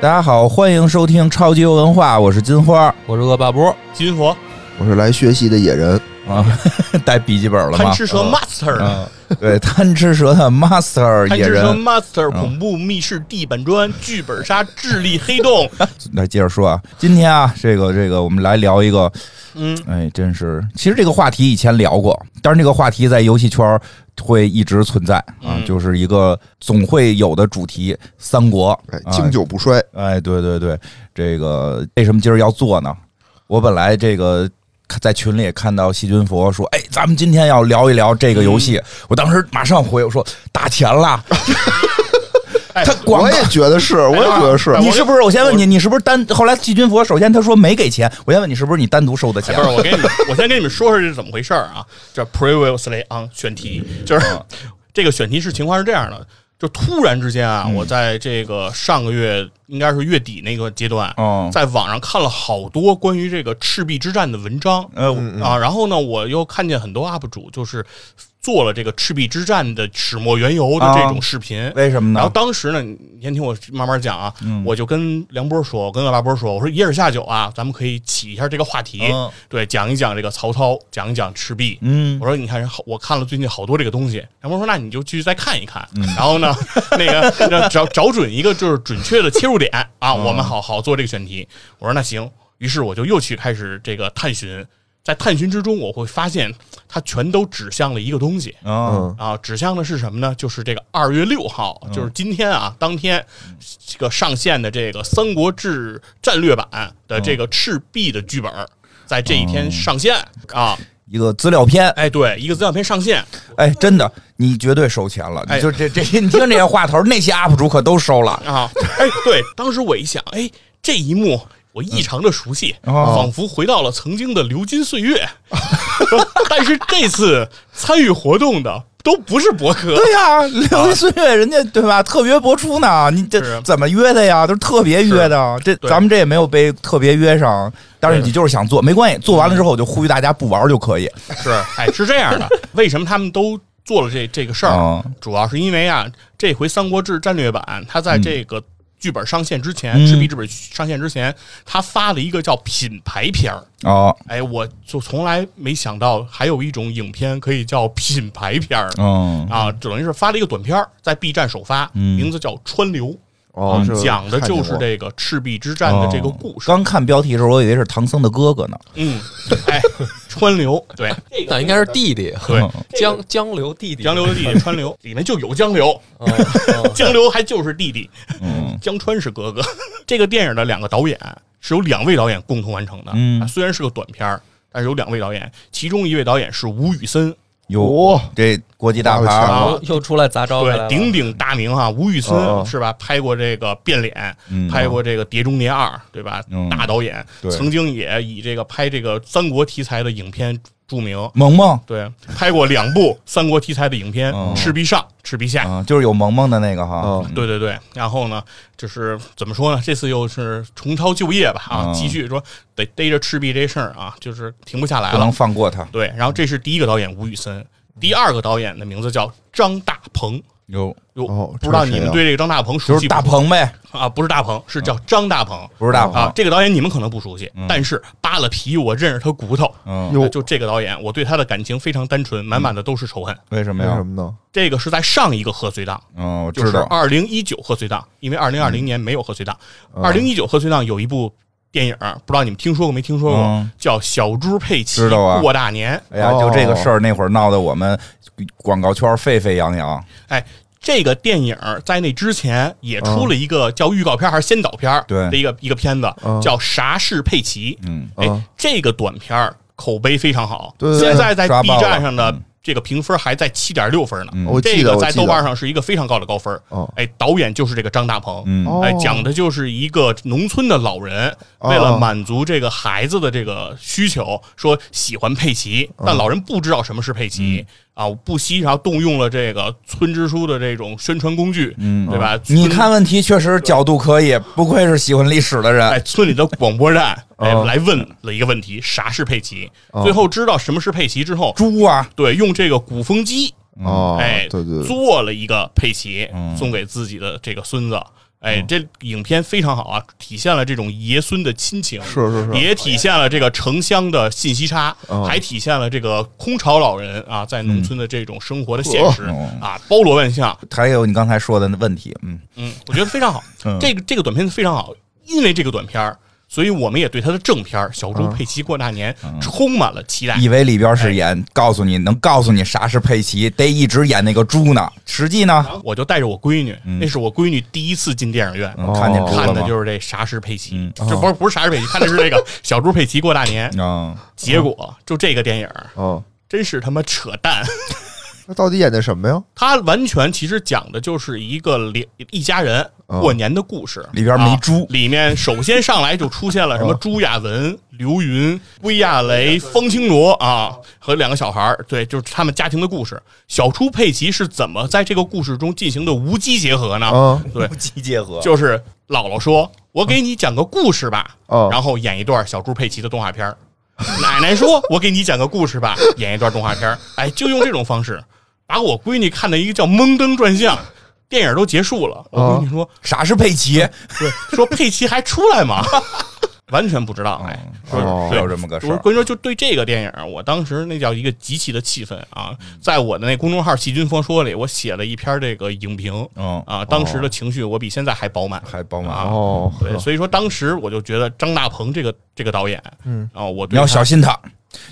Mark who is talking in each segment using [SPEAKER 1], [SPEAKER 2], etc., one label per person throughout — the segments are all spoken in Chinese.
[SPEAKER 1] 大家好，欢迎收听超级游文化，我是金花
[SPEAKER 2] 我是恶霸波，
[SPEAKER 3] 金佛
[SPEAKER 4] 我是来学习的野人，
[SPEAKER 1] 啊， 带笔记本了
[SPEAKER 3] 贪
[SPEAKER 1] 吗？
[SPEAKER 3] 吃蛇 Master，
[SPEAKER 1] 嗯，对，贪吃蛇的 Master
[SPEAKER 3] 贪
[SPEAKER 1] 野
[SPEAKER 3] 吃蛇
[SPEAKER 1] 人，嗯
[SPEAKER 3] Master 恐怖密室地板砖剧本杀智力黑 洞，哎
[SPEAKER 1] 来接着说啊，今天啊，这个这个，我们来聊一个，
[SPEAKER 3] 嗯，
[SPEAKER 1] 哎，真是，其实这个话题以前聊过，但是这个话题在游戏圈儿会一直存在啊，
[SPEAKER 3] 嗯
[SPEAKER 1] 就是一个总会有的主题，三国，
[SPEAKER 4] 哎，
[SPEAKER 1] 啊
[SPEAKER 4] 经久不衰。
[SPEAKER 1] 哎，对对对，这个为什么今儿要做呢？我本来这个在群里也看到细菌佛说，哎，咱们今天要聊一聊这个游戏。我当时马上回我说打钱了，
[SPEAKER 3] 哎
[SPEAKER 1] 他广告
[SPEAKER 4] 我也觉得是，我也觉得是
[SPEAKER 3] 哎。
[SPEAKER 1] 你是不是？我先问你，你是不是单？后来细菌佛首先他说没给钱，我先问你是不是你单独收的
[SPEAKER 3] 哎
[SPEAKER 1] 钱
[SPEAKER 3] 不？是，我给你们，我先给你们说说这是怎么回事儿啊。这 previously on 选题，就是
[SPEAKER 1] 嗯
[SPEAKER 3] 这个选题是情况是这样的，就突然之间啊，
[SPEAKER 1] 嗯
[SPEAKER 3] 我在这个上个月应该是月底那个阶段，
[SPEAKER 1] 哦
[SPEAKER 3] 在网上看了好多关于这个赤壁之战的文章，
[SPEAKER 1] 呃，
[SPEAKER 3] 啊，然后呢，我又看见很多 UP 主就是做了这个赤壁之战的始末缘由的这种视频。
[SPEAKER 1] 啊为什么
[SPEAKER 3] 然后
[SPEAKER 1] 呢？嗯
[SPEAKER 3] 当时呢，你先听我慢慢讲啊，我就跟梁波说，我跟恶霸波说，我说一二下九啊，咱们可以起一下这个话题，
[SPEAKER 1] 嗯
[SPEAKER 3] 对，讲一讲这个曹操，讲一讲赤壁。
[SPEAKER 1] 嗯
[SPEAKER 3] 我说你看，好，我看了最近好多这个东西。梁波说，那你就继续再看一看。
[SPEAKER 1] 嗯
[SPEAKER 3] 然后呢， 那个让找找准一个就是准确的切入点啊，
[SPEAKER 1] 嗯
[SPEAKER 3] 我们好好做这个选题。我说那行，于是我就又去开始这个探寻。在探寻之中，我会发现它全都指向了一个东西，
[SPEAKER 1] 嗯
[SPEAKER 4] 嗯，
[SPEAKER 3] 啊，指向的是什么呢？就是这个二月六号，就是今天啊，当天这个上线的这个《三国志战略版》的这个赤壁的剧本，在这一天上线啊。
[SPEAKER 1] 一个资料片，
[SPEAKER 3] 哎，对，一个资料片上线，
[SPEAKER 1] 哎，真的，你绝对收钱了。你
[SPEAKER 3] 哎
[SPEAKER 1] 就这这，你听这些话头儿，那些 UP 主可都收了。
[SPEAKER 3] 啊，哎，对，当时我一想，哎，这一幕我异常的熟悉，
[SPEAKER 1] 哦
[SPEAKER 3] 仿佛回到了曾经的流金岁月。 但是这次参与活动的都不是博客，
[SPEAKER 1] 对呀、流金岁月，人家对吧？特别播出呢，你
[SPEAKER 3] 是
[SPEAKER 1] 这怎么约的呀？都是特别约的，这
[SPEAKER 3] 对
[SPEAKER 1] 咱们这也没有被特别约上。但是
[SPEAKER 3] 对
[SPEAKER 1] 你就是想做，没关系，做完了之后我就呼吁大家不玩就可以。
[SPEAKER 3] 是，哎，是这样的，为什么他们都做了这这个事儿？
[SPEAKER 1] 哦
[SPEAKER 3] 主要是因为啊，这回《三国志战略版》它在这个剧本上线之前，
[SPEAKER 1] 嗯
[SPEAKER 3] 赤壁剧本上线之前，它发了一个叫品牌片儿。
[SPEAKER 1] 哦，
[SPEAKER 3] 哎，我就从来没想到还有一种影片可以叫品牌片儿。
[SPEAKER 1] 嗯
[SPEAKER 3] 啊，等于是发了一个短片儿，在 B 站首发，名字叫《川流》，
[SPEAKER 4] 哦，这个
[SPEAKER 3] 嗯讲的就
[SPEAKER 4] 看
[SPEAKER 3] 是
[SPEAKER 4] 见
[SPEAKER 3] 这个赤壁之战的这个故事。
[SPEAKER 1] 刚看标题的时候，我以为是唐僧的哥哥呢。
[SPEAKER 3] 嗯，哎，川流，对，这个
[SPEAKER 2] 那应该是弟弟，
[SPEAKER 3] 对，
[SPEAKER 2] 江江流弟弟，
[SPEAKER 3] 江流的弟弟川流，里面就有江流，
[SPEAKER 2] 嗯，嗯
[SPEAKER 3] 江流还就是弟弟，
[SPEAKER 1] 嗯
[SPEAKER 3] 江川是哥哥。这个电影的两个导演是由两位导演共同完成的，
[SPEAKER 1] 嗯
[SPEAKER 3] 啊虽然是个短片儿，但是有两位导演，其中一位导演是吴宇森，
[SPEAKER 1] 有、
[SPEAKER 4] 哦
[SPEAKER 1] 这国际大牌儿
[SPEAKER 3] 啊
[SPEAKER 2] 又又出来砸哦招牌来
[SPEAKER 3] 对，
[SPEAKER 2] 了，
[SPEAKER 3] 鼎鼎大名哈，吴宇森、
[SPEAKER 4] 哦
[SPEAKER 3] 是吧？拍过这个《变脸》，
[SPEAKER 1] 嗯
[SPEAKER 3] 拍过这个《碟中谍二》，对吧？
[SPEAKER 1] 嗯
[SPEAKER 3] 大导演，
[SPEAKER 1] 对
[SPEAKER 3] 曾经也以这个拍这个三国题材的影片著名。
[SPEAKER 1] 萌萌
[SPEAKER 3] 对，拍过两部三国题材的影片，
[SPEAKER 1] 哦
[SPEAKER 3] 赤壁上》《赤壁下》
[SPEAKER 1] 啊，就是有萌萌的那个哈。嗯
[SPEAKER 4] 哦
[SPEAKER 3] 对对对，然后呢，就是怎么说呢？这次又是重操旧业吧，啊，
[SPEAKER 1] 嗯
[SPEAKER 3] 继续说得逮着赤壁这事儿啊，就是停不下来
[SPEAKER 1] 不能
[SPEAKER 3] 了。
[SPEAKER 1] 放过他，
[SPEAKER 3] 对，然后这是第一个导演吴宇森，第二个导演的名字叫张大鹏。
[SPEAKER 1] 有
[SPEAKER 3] 哟、
[SPEAKER 4] 哦
[SPEAKER 3] 不知道
[SPEAKER 4] 这是谁
[SPEAKER 3] 你
[SPEAKER 4] 啊
[SPEAKER 3] 们对这个张大鹏熟
[SPEAKER 1] 就
[SPEAKER 3] 悉
[SPEAKER 1] 是
[SPEAKER 3] 不
[SPEAKER 1] 大鹏哦呗，
[SPEAKER 3] 啊？不是大鹏，是叫张大鹏。
[SPEAKER 1] 不是大鹏。
[SPEAKER 3] 啊，这个导演你们可能不熟悉，但是扒了皮我认识他骨头。
[SPEAKER 1] 嗯，
[SPEAKER 4] 哟，
[SPEAKER 3] 就这个导演，我对他的感情非常单纯，满满的都是仇恨。
[SPEAKER 1] 为什么
[SPEAKER 4] 为
[SPEAKER 1] 呀
[SPEAKER 4] 什？么呢？
[SPEAKER 3] 这嗯个是在上一个贺岁档，
[SPEAKER 1] 嗯，我
[SPEAKER 3] 就
[SPEAKER 1] 知
[SPEAKER 3] 是
[SPEAKER 1] 道。嗯
[SPEAKER 3] 二零一九贺岁档，因为二零二零年没有贺岁档，二零一九贺岁档有一部电影，不知道你们听说过没？听说过、
[SPEAKER 1] 嗯
[SPEAKER 3] 叫《小猪佩奇
[SPEAKER 1] 知道啊
[SPEAKER 3] 过大年》。
[SPEAKER 1] 哎呀，
[SPEAKER 4] 哦
[SPEAKER 1] 就这个事儿，那会儿闹得我们广告圈儿沸沸扬扬。
[SPEAKER 3] 哎，这个电影在那之前也出了一个叫预告片还是先导片
[SPEAKER 1] 对
[SPEAKER 3] 的一个一个片子，
[SPEAKER 4] 嗯
[SPEAKER 3] 叫《啥是佩奇》。
[SPEAKER 1] 嗯，
[SPEAKER 3] 哎
[SPEAKER 4] 嗯，
[SPEAKER 3] 这个短片儿口碑非常好，
[SPEAKER 4] 对对对
[SPEAKER 3] 现在在
[SPEAKER 1] 刷
[SPEAKER 3] B
[SPEAKER 1] 爆了
[SPEAKER 3] 站上的这个评分还在七点六分呢。
[SPEAKER 1] 嗯
[SPEAKER 4] 哦我
[SPEAKER 3] 这
[SPEAKER 4] 记
[SPEAKER 3] 个
[SPEAKER 4] 得，
[SPEAKER 3] 在
[SPEAKER 4] 我记
[SPEAKER 3] 豆
[SPEAKER 4] 得
[SPEAKER 3] 瓣上是一个非常高的高分。
[SPEAKER 4] 哦
[SPEAKER 3] 哎，导演就是这个张大鹏。
[SPEAKER 1] 嗯
[SPEAKER 4] 哦
[SPEAKER 3] 哎，讲的就是一个农村的老人，
[SPEAKER 1] 哦
[SPEAKER 3] 为了满足这个孩子的这个需求，说喜欢佩奇，
[SPEAKER 1] 嗯
[SPEAKER 3] 但老人不知道什么是佩奇啊，不惜然后动用了这个村支书的这种宣传工具，
[SPEAKER 1] 嗯
[SPEAKER 3] 对吧？
[SPEAKER 1] 你
[SPEAKER 3] 村
[SPEAKER 1] 看问题确实角度可以，不愧是喜欢历史的
[SPEAKER 3] 哎，
[SPEAKER 1] 人。
[SPEAKER 3] 村里的广播站，哎，
[SPEAKER 4] 哦
[SPEAKER 3] 来问了一个问题：啥是佩奇？
[SPEAKER 1] 哦
[SPEAKER 3] 最后知道什么是佩奇之后，
[SPEAKER 1] 猪啊，
[SPEAKER 3] 对，用这个鼓风机，
[SPEAKER 4] 哦，
[SPEAKER 3] 哎，
[SPEAKER 4] 对对对，
[SPEAKER 3] 做了一个佩奇
[SPEAKER 1] 嗯
[SPEAKER 3] 送给自己的这个孙子。
[SPEAKER 4] 嗯
[SPEAKER 3] 哎，这影片非常好啊，体现了这种爷孙的亲情，
[SPEAKER 4] 是是是
[SPEAKER 3] 也体现了这个城乡的信息差，
[SPEAKER 4] 嗯
[SPEAKER 3] 还体现了这个空巢老人啊在农村的这种生活的现实、
[SPEAKER 4] 哦
[SPEAKER 1] 嗯
[SPEAKER 3] 啊，包罗万象。
[SPEAKER 1] 还有你刚才说的那问题，嗯
[SPEAKER 3] 嗯，我觉得非常好，
[SPEAKER 1] 嗯
[SPEAKER 3] 这个这个短片非常好，因为这个短片儿，所以我们也对它的正片儿《小猪
[SPEAKER 4] 嗯
[SPEAKER 3] 佩奇过大年》充满了期待。
[SPEAKER 1] 以为里边
[SPEAKER 3] 哎
[SPEAKER 1] 是演，告诉你能告诉你啥是佩奇，得一直演那个猪呢，实际呢，
[SPEAKER 3] 我就带着我闺女，
[SPEAKER 4] 嗯
[SPEAKER 3] 那是我闺女第一次进电影
[SPEAKER 4] 哦
[SPEAKER 3] 院。
[SPEAKER 1] 嗯看见猪
[SPEAKER 3] 哦看
[SPEAKER 1] 了
[SPEAKER 3] 的
[SPEAKER 1] 吗？
[SPEAKER 3] 就是这啥是佩奇
[SPEAKER 1] 嗯，
[SPEAKER 3] 这不是不是啥是佩 奇，看的是这个小猪佩奇过大年。
[SPEAKER 1] 嗯，
[SPEAKER 3] 结果就这个电影儿
[SPEAKER 4] 嗯，
[SPEAKER 3] 真是他妈扯淡，
[SPEAKER 4] 那到底演的什么呀？
[SPEAKER 3] 它完全其实讲的就是一个连一家人
[SPEAKER 4] 嗯
[SPEAKER 3] 过年的故事，
[SPEAKER 1] 哦里边没猪哦
[SPEAKER 3] 啊里面首先上来就 出现了什么朱亚文、刘云、归亚雷、方清罗啊，和两个小孩儿，对，就是他们家庭的故事。小猪佩奇是怎么在这个故事中进行的无机结合呢？
[SPEAKER 1] 哦
[SPEAKER 4] 嗯
[SPEAKER 3] 对，
[SPEAKER 1] 机结合
[SPEAKER 3] 就是姥姥说：“我给你讲个故事吧。
[SPEAKER 4] 嗯
[SPEAKER 1] 哦
[SPEAKER 3] 然后演一段小猪佩奇的动画片儿。奶奶说：“我给你讲个故事吧， 演一段动画片儿。”哎，就用这种方式，把我闺女看的一个叫蒙登转向。电影都结束了，
[SPEAKER 1] 哦
[SPEAKER 3] 我闺女说：“
[SPEAKER 1] 啥是佩奇？
[SPEAKER 3] 对，说佩奇还出来吗？ 完全不知道，哎，说
[SPEAKER 4] 哦
[SPEAKER 3] 对
[SPEAKER 1] 嗯有这么个事
[SPEAKER 3] 我
[SPEAKER 1] 儿
[SPEAKER 3] 跟你说，就对这个电影，我当时那叫一个极其的气愤啊！
[SPEAKER 1] 嗯
[SPEAKER 3] 在我的那公众号“细菌风说”里，我写了一篇这个影评，
[SPEAKER 1] 嗯
[SPEAKER 3] 啊，当时的情绪我比现在还饱满。
[SPEAKER 1] 还帮
[SPEAKER 3] 啊
[SPEAKER 1] 忙，
[SPEAKER 4] 哦，
[SPEAKER 3] 对，所以说当时我就觉得张大鹏这个这个导演，
[SPEAKER 4] 嗯，
[SPEAKER 3] 啊，我对
[SPEAKER 1] 你要
[SPEAKER 3] 他
[SPEAKER 1] 小心他。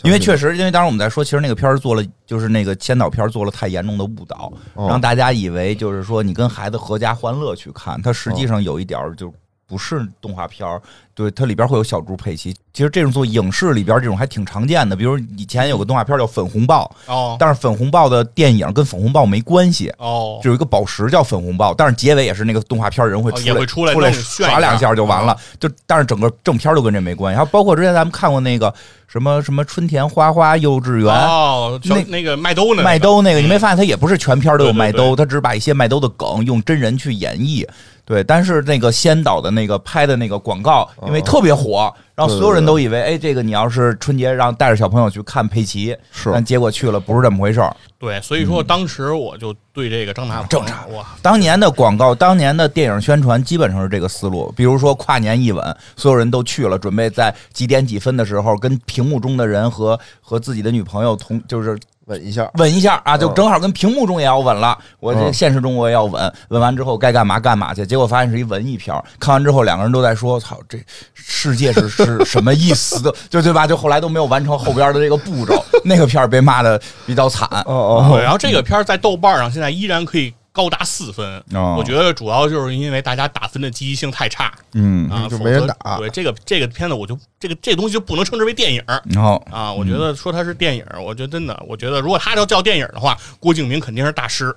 [SPEAKER 1] 因为确实，因为当时我们在说，其实那个片儿做了，就是那个先导片儿做了太严重的误导，
[SPEAKER 4] 哦
[SPEAKER 1] 让大家以为就是说你跟孩子合家欢乐去看，它实际上有一点儿就不是动画片儿，对，它里边会有小猪佩奇。其实这种做影视里边儿这种还挺常见的，比如以前有个动画片儿叫《粉红豹》，
[SPEAKER 3] 哦
[SPEAKER 1] 但是粉红豹的电影跟粉红豹没关系，
[SPEAKER 3] 哦，
[SPEAKER 1] 就有一个宝石叫粉红豹，但是结尾也是那个动画片人会出来、
[SPEAKER 3] 哦也会出
[SPEAKER 1] 出
[SPEAKER 3] 来
[SPEAKER 1] 来
[SPEAKER 3] 弄炫
[SPEAKER 1] 耍
[SPEAKER 3] 一下
[SPEAKER 1] 两下就完了，就但是整个正片都跟这没关系。然后包括之前咱们看过那个什么什么春田花花幼稚园。
[SPEAKER 3] 哦，小
[SPEAKER 1] 啊那
[SPEAKER 3] 那个麦兜呢？
[SPEAKER 1] 麦兜那个，你没发现它也不是全片都有
[SPEAKER 3] 对对
[SPEAKER 1] 麦兜，它只是把一些麦兜的梗用真人去演绎。对，但是那个先导的那个拍的那个广告，因为特别火，
[SPEAKER 3] 嗯
[SPEAKER 1] 然后所有人都以为，哎，这个你要是春节让带着小朋友去看佩奇，
[SPEAKER 4] 是
[SPEAKER 1] 但结果去了不是这么回事儿。
[SPEAKER 3] 对，所以说当时我就对这个张大鹏
[SPEAKER 1] 嗯正常
[SPEAKER 3] 哇，
[SPEAKER 1] 当年的广告，当年的电影宣传基本上是这个思路。比如说跨年一吻，所有人都去了，准备在几点几分的时候跟屏幕中的人和和自己的女朋友同，就是
[SPEAKER 4] 吻一 下，
[SPEAKER 1] 吻一下啊，就
[SPEAKER 4] 嗯
[SPEAKER 1] 正好跟屏幕中也要吻了。我这
[SPEAKER 4] 嗯
[SPEAKER 1] 现实中我也要吻，吻完之后该干嘛干嘛去。结果发现是一文艺片儿，看完之后两个人都在说：“操，这世界是是什么意思 的？”就对吧？就后来都没有完成后边的这个步 骤。那个片儿被骂的比较惨。
[SPEAKER 4] 哦哦，
[SPEAKER 3] 对，然后
[SPEAKER 1] 嗯
[SPEAKER 3] 这个片儿在豆瓣上现在依然可以高达四分，
[SPEAKER 2] 嗯
[SPEAKER 1] 哦
[SPEAKER 3] 我觉得主要就是因为大家打分的积极性太差
[SPEAKER 1] 嗯，
[SPEAKER 3] 啊，
[SPEAKER 4] 就
[SPEAKER 3] 否
[SPEAKER 4] 没人
[SPEAKER 3] 则
[SPEAKER 4] 打
[SPEAKER 3] 对这个这个片子，我就这个这个东西就不能称之为电影儿
[SPEAKER 1] 然后
[SPEAKER 3] 啊。我觉得说它是电影儿，我觉得真的，我觉得如果它要叫电影儿的话，郭敬明肯定是大师。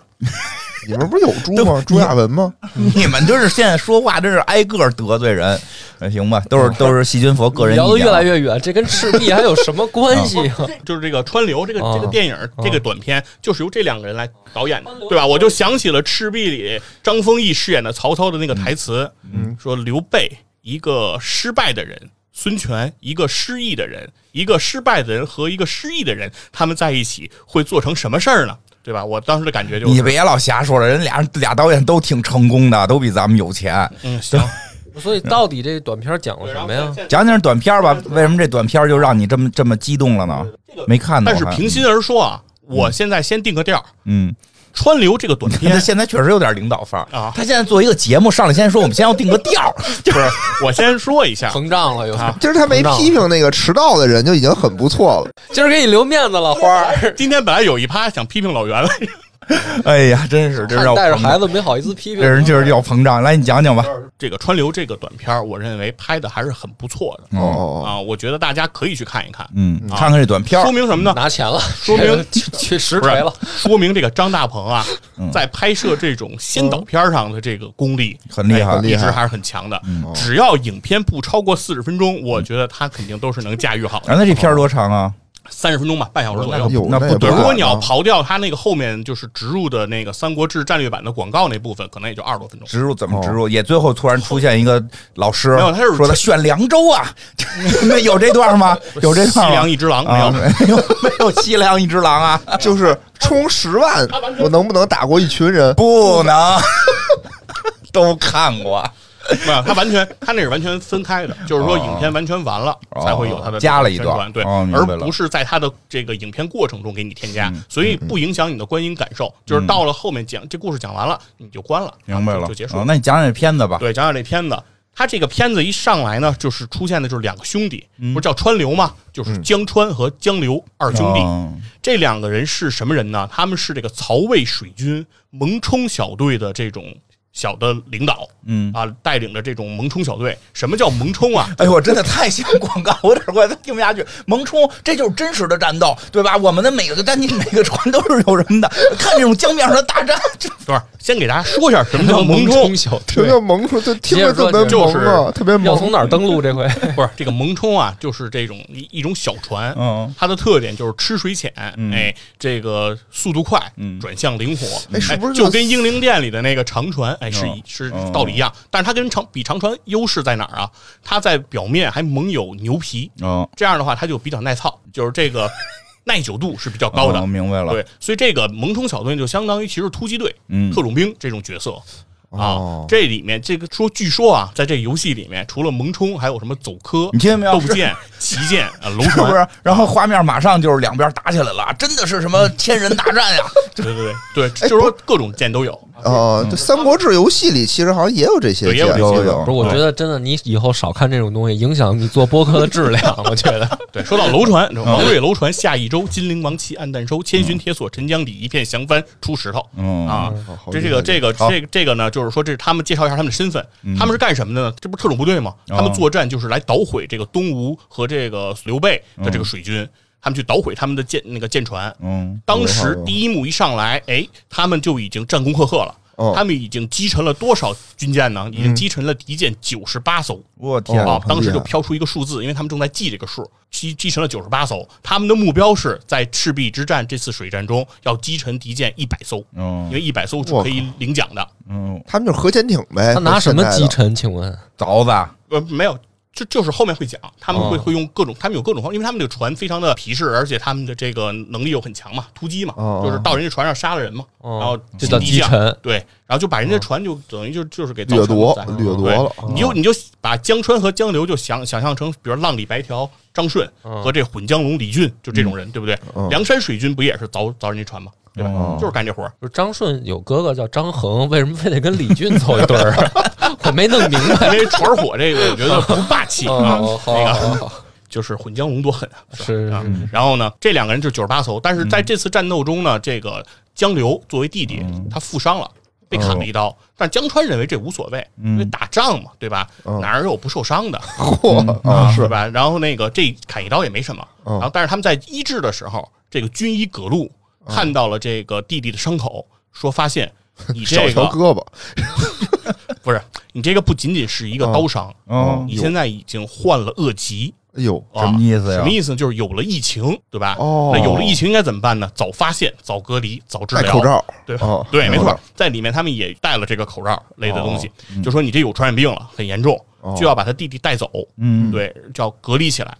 [SPEAKER 4] 里面不是有猪吗？朱亚文吗？
[SPEAKER 3] 嗯
[SPEAKER 1] 你们这是现在说话，真是挨个儿得罪人，那行吧？都是都是细菌佛个人
[SPEAKER 2] 嗯聊得
[SPEAKER 1] 意见
[SPEAKER 2] 越来
[SPEAKER 1] 啊。
[SPEAKER 2] 越远，这跟赤壁还有什么关 系啊？
[SPEAKER 3] 就是这个川流这个
[SPEAKER 2] 啊
[SPEAKER 3] 这个电影这个短片，就是由这两个人来导演的，对吧？我就想起了《赤壁》里张丰毅饰演的曹操的那个台词，
[SPEAKER 4] 嗯，
[SPEAKER 3] 说刘备一个失败的人，孙权一个失意的人，一个失败的人和一个失意的人，他们在一起会做成什么事儿呢？对吧？我当时的感觉就
[SPEAKER 1] 你
[SPEAKER 3] 是，
[SPEAKER 1] 别老瞎说了，人俩俩导演都挺成功的，都比咱们有钱。
[SPEAKER 3] 嗯，行，
[SPEAKER 2] 啊所以到底这短片讲了
[SPEAKER 3] 对
[SPEAKER 2] 什么呀？？
[SPEAKER 1] 讲讲短片吧，为什么这短片就让你这么这么激动了呢？没看呢，
[SPEAKER 3] 但是
[SPEAKER 1] 我看
[SPEAKER 3] 平心而说啊，我现在先定个调儿，
[SPEAKER 1] 嗯，
[SPEAKER 3] 川流这个短
[SPEAKER 1] 他
[SPEAKER 3] 片
[SPEAKER 1] 现在确实有点领导范儿
[SPEAKER 3] 啊
[SPEAKER 1] 他现在做一个节目，上来先说我们先要定个调儿，
[SPEAKER 3] 不是，我先说一 下，
[SPEAKER 2] 膨胀了又，
[SPEAKER 3] 啊
[SPEAKER 4] 其实他没批评那个迟到的人就已经很不错了。
[SPEAKER 2] 今儿给你留面子了，花儿。
[SPEAKER 3] 今天本来有一趴想批评老袁来着。
[SPEAKER 1] 哎呀，真是这是要
[SPEAKER 2] 带着
[SPEAKER 1] 膨胀
[SPEAKER 2] 孩，子没好意思批评
[SPEAKER 1] 这，人就是要膨胀。来，你讲讲吧。
[SPEAKER 3] 这个川流这个短片儿，我认为拍的还是很不错的、
[SPEAKER 4] 哦哦
[SPEAKER 3] 啊，我觉得大家可以去看一看。
[SPEAKER 1] 嗯，看看这短片儿
[SPEAKER 3] 说，明什么呢？
[SPEAKER 2] 拿钱了，
[SPEAKER 3] 说明
[SPEAKER 2] 这个去去实
[SPEAKER 3] 不是
[SPEAKER 2] 锤了。
[SPEAKER 3] 说明这个张大鹏啊，
[SPEAKER 1] 嗯
[SPEAKER 3] 在拍摄这种先导片儿上的这个功力
[SPEAKER 1] 很厉害嗯哦
[SPEAKER 3] 哎一
[SPEAKER 4] 厉
[SPEAKER 3] 直
[SPEAKER 4] 害
[SPEAKER 3] 还是很强的。只要影片不超过四十分钟，我觉得他肯定都是能驾驭好
[SPEAKER 1] 啊，
[SPEAKER 3] 的。
[SPEAKER 1] 那这片儿多长啊？
[SPEAKER 3] 三十分钟吧，半小时左
[SPEAKER 4] 哦，
[SPEAKER 3] 右。
[SPEAKER 4] 有
[SPEAKER 1] 那不
[SPEAKER 4] 也
[SPEAKER 1] 对
[SPEAKER 3] 对，
[SPEAKER 4] 短
[SPEAKER 3] 如
[SPEAKER 4] 啊
[SPEAKER 3] 果你要刨掉他那个后面就是植入的那个《三国志战略版》的广告那部分，可能也就二十多分钟。
[SPEAKER 1] 植入怎么植入？也最后突然出现一个老师，
[SPEAKER 3] 没有他是
[SPEAKER 1] 说他选凉州啊，那有这段吗？有这
[SPEAKER 3] 西
[SPEAKER 1] 段
[SPEAKER 3] 凉
[SPEAKER 1] 吗？
[SPEAKER 3] 一只狼没
[SPEAKER 1] 啊，没
[SPEAKER 3] 有？
[SPEAKER 1] 有没有西凉一只狼啊，
[SPEAKER 4] 就是充十万，我能不能打过一群人？
[SPEAKER 1] 不能。 都看过，
[SPEAKER 3] 没有，它完全， 它那是完全分开的，就是说影片完全完了、
[SPEAKER 1] 哦
[SPEAKER 3] 才会有它的
[SPEAKER 1] 加了一
[SPEAKER 3] 宣
[SPEAKER 1] 段
[SPEAKER 3] 传对、
[SPEAKER 1] 哦明白
[SPEAKER 3] 而
[SPEAKER 1] 了嗯
[SPEAKER 3] 不是在它的这个影片过程中给你添加，所以不影响你的观影感受。就是到了后面讲这故事讲完了，你就关了，
[SPEAKER 1] 明白
[SPEAKER 3] 啊
[SPEAKER 1] 了
[SPEAKER 3] 就就结束
[SPEAKER 1] 哦那你讲讲这片子吧。
[SPEAKER 3] 对，讲讲这片子。他这个片子一上来呢，就是出现的就是两个兄弟，
[SPEAKER 1] 嗯
[SPEAKER 3] 不是叫川流吗？就是江川和江流二兄弟。
[SPEAKER 1] 嗯
[SPEAKER 3] 这两个人是什么人呢？他们是这个曹魏水军蒙冲小队的这种小的领导，
[SPEAKER 1] 嗯
[SPEAKER 3] 啊，带领着这种蒙冲小队。什么叫蒙冲啊？
[SPEAKER 1] 哎呦，我真的太像广告，我有点快听不下去。萌冲，这就是真实的战斗，对吧？我们的每个单你每个船都是有人的，看这种江面上的大战，这
[SPEAKER 3] 不是，先给大家说一下什么叫蒙
[SPEAKER 2] 萌
[SPEAKER 3] 冲
[SPEAKER 2] 冲。小
[SPEAKER 4] 什么
[SPEAKER 2] 队
[SPEAKER 4] 叫萌出？就听着
[SPEAKER 2] 接着
[SPEAKER 4] 特
[SPEAKER 2] 说
[SPEAKER 4] 别
[SPEAKER 3] 就是
[SPEAKER 4] 萌啊，特别
[SPEAKER 2] 要从
[SPEAKER 4] 萌。
[SPEAKER 2] 哪儿登陆这回？
[SPEAKER 3] 不是这个蒙冲啊，就是这种一一种小船，
[SPEAKER 1] 嗯
[SPEAKER 3] 它的特点就是吃水浅，哎，这个速度快，
[SPEAKER 1] 嗯
[SPEAKER 3] 转向灵活，
[SPEAKER 4] 哎是不是
[SPEAKER 3] 就
[SPEAKER 4] 叫
[SPEAKER 3] 跟英灵殿里的那个长船，哎，是一
[SPEAKER 1] 嗯
[SPEAKER 3] 是
[SPEAKER 1] 嗯
[SPEAKER 3] 道理一样，但是它跟长比长船优势在哪儿啊？它在表面还蒙有牛皮，
[SPEAKER 1] 哦，
[SPEAKER 3] 这样的话它就比较耐操，就是这个耐久度是比较高的，
[SPEAKER 1] 哦明白了。
[SPEAKER 3] 对，所以这个萌冲小队就相当于其实突击队、
[SPEAKER 1] 嗯
[SPEAKER 3] 特种兵这种角色啊
[SPEAKER 4] 哦。
[SPEAKER 3] 这里面这个说，据说啊，在这个游戏里面，除了萌冲，还有什么走科
[SPEAKER 1] 你、听见没有？
[SPEAKER 3] 斗
[SPEAKER 1] 是
[SPEAKER 3] 剑、旗舰、啊、龙
[SPEAKER 1] 是 不
[SPEAKER 3] 船。
[SPEAKER 1] 是？然后画面马上就是两边打起来了，真的是什么千人大战 呀？
[SPEAKER 3] 对对对对，
[SPEAKER 1] 哎
[SPEAKER 3] 就是说各种剑都有。
[SPEAKER 4] 哦，
[SPEAKER 3] 嗯
[SPEAKER 4] 这《三国志》游戏里其实好像也有这些
[SPEAKER 3] 对也
[SPEAKER 4] 剑，
[SPEAKER 3] 有这些
[SPEAKER 1] 有有
[SPEAKER 2] 不是，我觉得真的，你以后少看这种东西，影响你做播客的质量。我觉得，
[SPEAKER 3] 对，说到楼 船，王瑞楼船下一周，金陵王旗暗淡收，千寻铁锁陈江底，一片降帆出石头。
[SPEAKER 1] 嗯
[SPEAKER 3] 啊
[SPEAKER 4] 好好，嗯
[SPEAKER 3] 这这个
[SPEAKER 4] 厉害
[SPEAKER 3] 这个
[SPEAKER 1] 好
[SPEAKER 3] 这个这个呢，就是说这是他们介绍一下他们的身份，他们是干什么的呢？这不是特种部队吗？
[SPEAKER 4] 哦
[SPEAKER 3] 他们作战就是来捣毁这个东吴和这个刘备的
[SPEAKER 4] 嗯
[SPEAKER 3] 这个水军，他们去捣毁他们的舰那个舰船。
[SPEAKER 1] 嗯
[SPEAKER 3] 当
[SPEAKER 4] 哦
[SPEAKER 3] 时第一幕一上来，哎，他们就已经战功赫赫了。
[SPEAKER 4] 哦嗯
[SPEAKER 3] 他们已经击沉了多少军舰呢？已经击沉了敌舰九十八艘
[SPEAKER 1] 我天
[SPEAKER 3] 啊
[SPEAKER 4] 哦！
[SPEAKER 3] 当时
[SPEAKER 4] 很厉
[SPEAKER 3] 就
[SPEAKER 4] 害
[SPEAKER 3] 飘出一个数字，因为他们正在记这个数，击击沉了九十八艘。他们的目标是在赤壁之战这次水战中要击沉敌舰一百艘。因
[SPEAKER 1] 嗯
[SPEAKER 3] 为一百艘是可以领奖的。
[SPEAKER 1] 嗯，
[SPEAKER 4] 他们就是核潜艇呗。
[SPEAKER 2] 他拿什么击
[SPEAKER 4] 机？
[SPEAKER 2] 沉？请问，
[SPEAKER 1] 凿子，啊
[SPEAKER 3] 呃，没有，就就是后面会讲，他们会、
[SPEAKER 2] 哦
[SPEAKER 3] 会用各种，他们有各种方，因为他们这个船非常的皮实，而且他们的这个能力又很强嘛，突击嘛，
[SPEAKER 4] 哦
[SPEAKER 3] 就是到人家船上杀了人嘛，
[SPEAKER 2] 哦
[SPEAKER 3] 然后
[SPEAKER 2] 这叫
[SPEAKER 3] 击
[SPEAKER 2] 击沉。哦
[SPEAKER 3] 对，然后就把人家船就、等于就就是给造
[SPEAKER 4] 掠
[SPEAKER 3] 成
[SPEAKER 4] 夺
[SPEAKER 3] 灾，嗯
[SPEAKER 4] 掠夺
[SPEAKER 3] 对
[SPEAKER 4] 了。
[SPEAKER 3] 你就你就把江川和江流就想想象成，比如浪里白条张顺
[SPEAKER 2] 嗯
[SPEAKER 3] 和这混江龙李俊，就这种人，对不对？
[SPEAKER 4] 嗯
[SPEAKER 3] 梁山水军不也是凿凿人家船吗？对吧？
[SPEAKER 1] 哦
[SPEAKER 3] 就是干这活儿。
[SPEAKER 2] 就是张顺有哥哥叫张衡，为什么非得跟李俊凑一对儿？啊 我没弄明白。
[SPEAKER 3] 因为船火这个，我觉得不霸气啊
[SPEAKER 2] 哦，，好
[SPEAKER 3] 那
[SPEAKER 2] 好
[SPEAKER 3] 个
[SPEAKER 2] 好，
[SPEAKER 3] 就是混江龙多狠啊！
[SPEAKER 2] 是
[SPEAKER 3] 啊。然后呢，这两个人就九十八艘，但是
[SPEAKER 4] 嗯
[SPEAKER 3] 在这次战斗中呢，这个江流作为弟弟，
[SPEAKER 4] 嗯
[SPEAKER 3] 他负伤了。被砍
[SPEAKER 4] 哦
[SPEAKER 3] 了一刀，但江川认为这无所谓，因为打仗嘛，对吧？
[SPEAKER 4] 嗯
[SPEAKER 3] 哪儿有不受伤的，嗯
[SPEAKER 4] 嚯啊，
[SPEAKER 3] 对
[SPEAKER 4] 是
[SPEAKER 3] 吧？然后那个这砍一刀也没什么。
[SPEAKER 4] 嗯
[SPEAKER 3] 然后，但是他们在医治的时候，这个军医葛路
[SPEAKER 4] 嗯
[SPEAKER 3] 看到了这个弟弟的伤口，说发 现你
[SPEAKER 4] 少
[SPEAKER 3] 这
[SPEAKER 4] 条
[SPEAKER 3] 个
[SPEAKER 4] 胳膊，
[SPEAKER 3] 不是你这个不仅仅是一个刀伤，
[SPEAKER 1] 嗯，
[SPEAKER 3] 你现在已经患了恶疾，
[SPEAKER 4] 啊哎呦，
[SPEAKER 3] 啊
[SPEAKER 1] 什么意思呀
[SPEAKER 3] 什么意思？就是有了疫情，对吧？
[SPEAKER 4] 哦
[SPEAKER 3] 那有了疫情应该怎么办呢？早发现，早隔离，早治
[SPEAKER 4] 戴
[SPEAKER 3] 疗，
[SPEAKER 4] 口罩，
[SPEAKER 3] 对吧？
[SPEAKER 4] 哦
[SPEAKER 3] 对，没
[SPEAKER 4] 口
[SPEAKER 3] 错
[SPEAKER 4] 罩，嗯
[SPEAKER 3] 在里面他们也带了这个口罩类的东西，就说你这有传染病了，很严重，
[SPEAKER 4] 哦
[SPEAKER 3] 就要把他弟弟带走，
[SPEAKER 1] 嗯，
[SPEAKER 3] 对，就要隔离起来。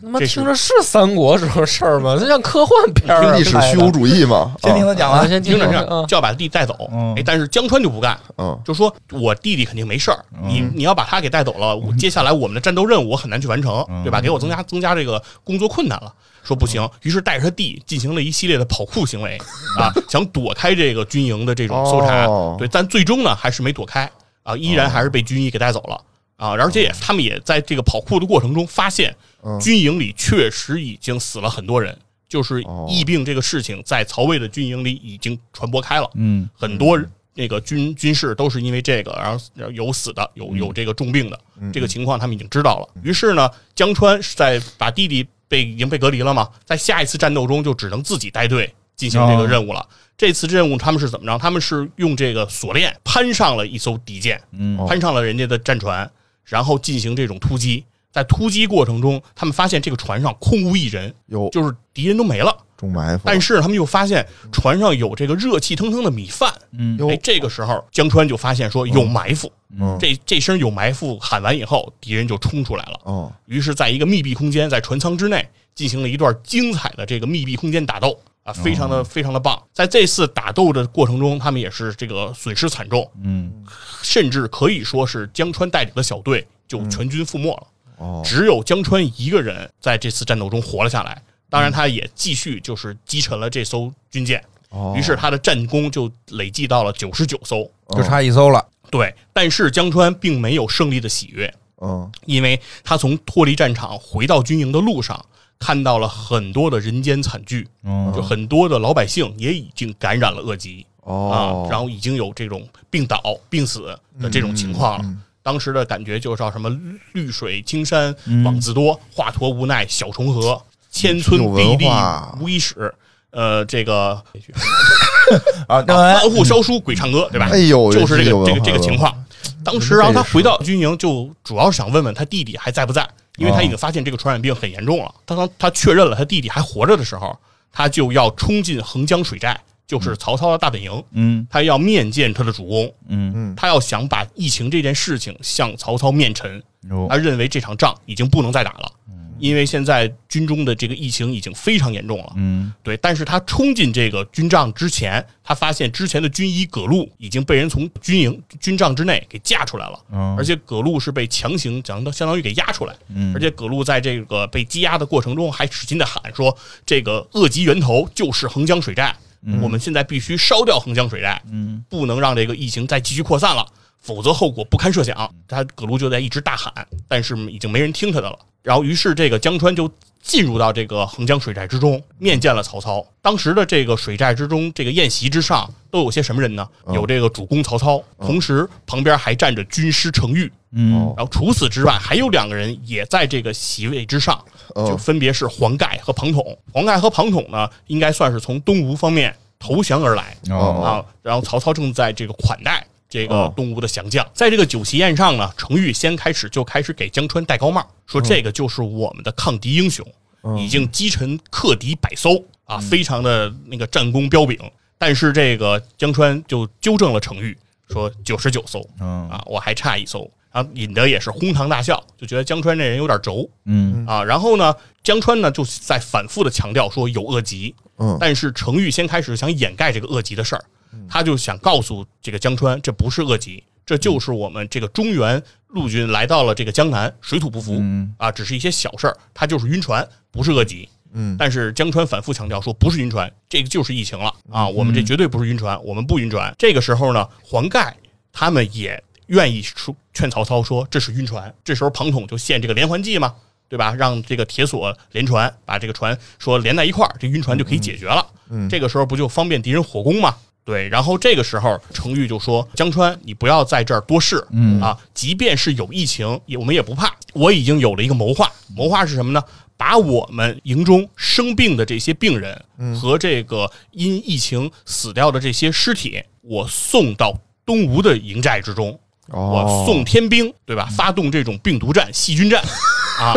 [SPEAKER 2] 他妈
[SPEAKER 3] 这是
[SPEAKER 2] 听着是三国什么事儿吗？这像科幻片儿啊
[SPEAKER 4] 历史
[SPEAKER 2] 拍
[SPEAKER 4] 虚
[SPEAKER 2] 的
[SPEAKER 4] 无主义嘛。
[SPEAKER 1] 先听
[SPEAKER 4] 啊
[SPEAKER 1] 他讲
[SPEAKER 2] 啊，
[SPEAKER 1] 完，
[SPEAKER 2] 先听
[SPEAKER 3] 听着
[SPEAKER 2] 着
[SPEAKER 3] 听
[SPEAKER 2] 啊
[SPEAKER 3] 着，就要把他弟弟带走
[SPEAKER 1] 嗯。
[SPEAKER 3] 哎，但是江川就不干，
[SPEAKER 4] 嗯，
[SPEAKER 3] 就说我弟弟肯定没事儿，你你要把他给带走了，
[SPEAKER 4] 嗯
[SPEAKER 3] 我接下来我们的战斗任务我很难去完成，对吧？给我增加增加这个工作困难了。说不
[SPEAKER 4] 嗯
[SPEAKER 3] 行，于是带着他弟进行了一系列的跑酷行 为啊，想躲开这个军营的这种搜查
[SPEAKER 4] 哦，
[SPEAKER 3] 对，但最终呢还是没躲开啊，依然还是被军医给带走了啊。而
[SPEAKER 4] 哦
[SPEAKER 3] 且也他们也在这个跑酷的过程中发现，
[SPEAKER 4] 嗯
[SPEAKER 3] 军营里确实已经死了很多人，就是
[SPEAKER 4] 哦
[SPEAKER 3] 疫病这个事情在曹魏的军营里已经传播开了。
[SPEAKER 1] 嗯
[SPEAKER 3] 很多那个军军事都是因为这个，然后然后有死的，有有这个重病的，这个情况他们已经知道了。于是呢，江川是在把弟弟被已经被隔离了嘛，在下一次战斗中就只能自己带队进行这个任务了。这次任务他们是怎么着？他们是用这个锁链攀上了一艘敌舰，
[SPEAKER 1] 嗯
[SPEAKER 3] 攀上了人家的战船，然后进行这种突击。在突击过程中，他们发现这个船上空无一人，
[SPEAKER 4] 有
[SPEAKER 3] 就是敌人都没了。
[SPEAKER 4] 中埋伏，
[SPEAKER 3] 但是他们又发现船上有这个热气腾腾的米饭，
[SPEAKER 1] 嗯
[SPEAKER 4] 哟
[SPEAKER 3] 哎，这个时候江川就发现说有埋伏，
[SPEAKER 4] 嗯
[SPEAKER 3] 这这声有埋伏喊完以后，敌人就冲出来了。
[SPEAKER 4] 哦，
[SPEAKER 3] 于是，在一个密闭空间，在船舱之内进行了一段精彩的这个密闭空间打斗啊，非常
[SPEAKER 4] 哦
[SPEAKER 3] 的非常的棒。在这次打斗的过程中，他们也是这个损失惨重，
[SPEAKER 1] 嗯，
[SPEAKER 3] 甚至可以说是江川带领的小队就全军覆没了。
[SPEAKER 4] 嗯哦，
[SPEAKER 3] 只有江川一个人在这次战斗中活了下来。当
[SPEAKER 4] 嗯
[SPEAKER 3] 然，他也继续就是击沉了这艘军舰，
[SPEAKER 4] 哦
[SPEAKER 3] 于是他的战功就累计到了九十九艘。
[SPEAKER 1] 就差一艘了，
[SPEAKER 3] 对，但是江川并没有胜利的喜悦，
[SPEAKER 4] 嗯
[SPEAKER 3] 因为他从脱离战场回到军营的路上，看到了很多的人间惨剧，就
[SPEAKER 1] 嗯，
[SPEAKER 3] 很多的老百姓也已经感染了恶疾
[SPEAKER 4] 哦
[SPEAKER 3] 啊，，然后已经有这种病倒、病死的这种情况
[SPEAKER 4] 嗯
[SPEAKER 3] 了。当时的感觉就叫什么“绿水青山
[SPEAKER 4] 嗯
[SPEAKER 3] 枉自多，华佗无奈小重河，千村
[SPEAKER 4] 有
[SPEAKER 3] 地
[SPEAKER 4] 文
[SPEAKER 3] 利
[SPEAKER 4] 化
[SPEAKER 3] 无一史”。呃，这 个
[SPEAKER 1] 啊，那
[SPEAKER 3] 万户烧书鬼唱歌，对吧？
[SPEAKER 4] 哎呦，
[SPEAKER 3] 就是这
[SPEAKER 4] 有
[SPEAKER 3] 个
[SPEAKER 4] 文
[SPEAKER 3] 这
[SPEAKER 4] 化
[SPEAKER 3] 个这个情。况。当时，啊然后他回到军营，就主要是想问问他弟弟还在不在，因为他已经发现这个传染病很严重了。当他他确认了他弟弟还活着的时候，他就要冲进横江水寨，就是曹操的大本营，
[SPEAKER 1] 嗯
[SPEAKER 3] 他要面见他的主公，
[SPEAKER 1] 嗯，
[SPEAKER 3] 他要想把疫情这件事情向曹操面陈。
[SPEAKER 4] 哦
[SPEAKER 1] 有
[SPEAKER 3] 他认为这场仗已经不能再打了，
[SPEAKER 4] 嗯
[SPEAKER 3] 因为现在军中的这个疫情已经非常严重了。
[SPEAKER 1] 嗯，
[SPEAKER 3] 对，但是他冲进这个军帐之前，他发现之前的军医葛路已经被人从军营军帐之内给架出来了，
[SPEAKER 1] 嗯
[SPEAKER 3] 而且葛路是被强行相当相当于给押出来，
[SPEAKER 1] 嗯
[SPEAKER 3] 而且葛路在这个被羁押的过程中还使劲的喊说：“这个恶疾源头就是横江水寨，我们现在必须烧掉横江水寨，
[SPEAKER 1] 嗯，
[SPEAKER 3] 不能让这个疫情再继续扩散了，否则后果不堪设想。”
[SPEAKER 1] 嗯
[SPEAKER 3] 他葛路就在一直大喊，但是已经没人听他的了。然后，于是这个江川就进入到这个横江水寨之中，面见了曹操。当时的这个水寨之中，这个宴席之上都有些什么人呢？
[SPEAKER 1] 哦
[SPEAKER 3] 有这个主公曹操，同时旁边还站着军师程昱。
[SPEAKER 1] 嗯
[SPEAKER 3] 然后除此之外，还有两个人也在这个席位之上，
[SPEAKER 4] 嗯
[SPEAKER 3] 就分别是黄盖和庞统。黄盖和庞统呢，应该算是从东吴方面投降而来
[SPEAKER 1] 哦
[SPEAKER 3] 啊。然后曹操正在这个款待这个
[SPEAKER 4] 哦
[SPEAKER 3] 东吴的降将，在这个酒席宴上呢，程昱先开始就开始给江川戴高帽，说这个就是我们的抗敌英雄，已经击沉克敌百艘啊，非常的那个战功彪炳。但是这个江川就纠正了程昱，说九十九艘，
[SPEAKER 1] 嗯
[SPEAKER 3] 啊，我还差一艘。然后引得也是哄堂大笑，就觉得江川这人有点轴
[SPEAKER 1] 嗯
[SPEAKER 3] 啊。然后呢，江川呢就在反复的强调说有恶疾，
[SPEAKER 4] 嗯
[SPEAKER 3] 但是程昱先开始想掩盖这个恶疾的事儿，他就想告诉这个江川，这不是恶疾，这就是我们这个中原陆军来到了这个江南，水土不服、啊，只是一些小事儿，他就是晕船，不是恶疾。
[SPEAKER 4] 嗯
[SPEAKER 3] 但是江川反复强调说不是晕船，这个就是疫情了啊，我们
[SPEAKER 4] 嗯
[SPEAKER 3] 这绝对不是晕船，我们不晕船。这个时候呢，黄盖他们也愿意说劝曹操说这是晕船。这时候庞统就献这个连环计嘛，对吧？让这个铁索连船，把这个船说连在一块儿，这晕船就可以解决了。
[SPEAKER 4] 嗯
[SPEAKER 3] 这个时候不就方便敌人火攻吗？对，然后这个时候程昱就说：“江川，你不要在这儿多事，嗯啊，即便是有疫情，也我们也不怕。我已经有了一个谋划，谋划是什么呢？把我们营中生病的这些病人和这个因疫情死掉的这些尸体，我送到东吴的营寨之中，我
[SPEAKER 4] 哦，
[SPEAKER 3] 送天兵，对吧？发动这种病毒战、细菌 战啊，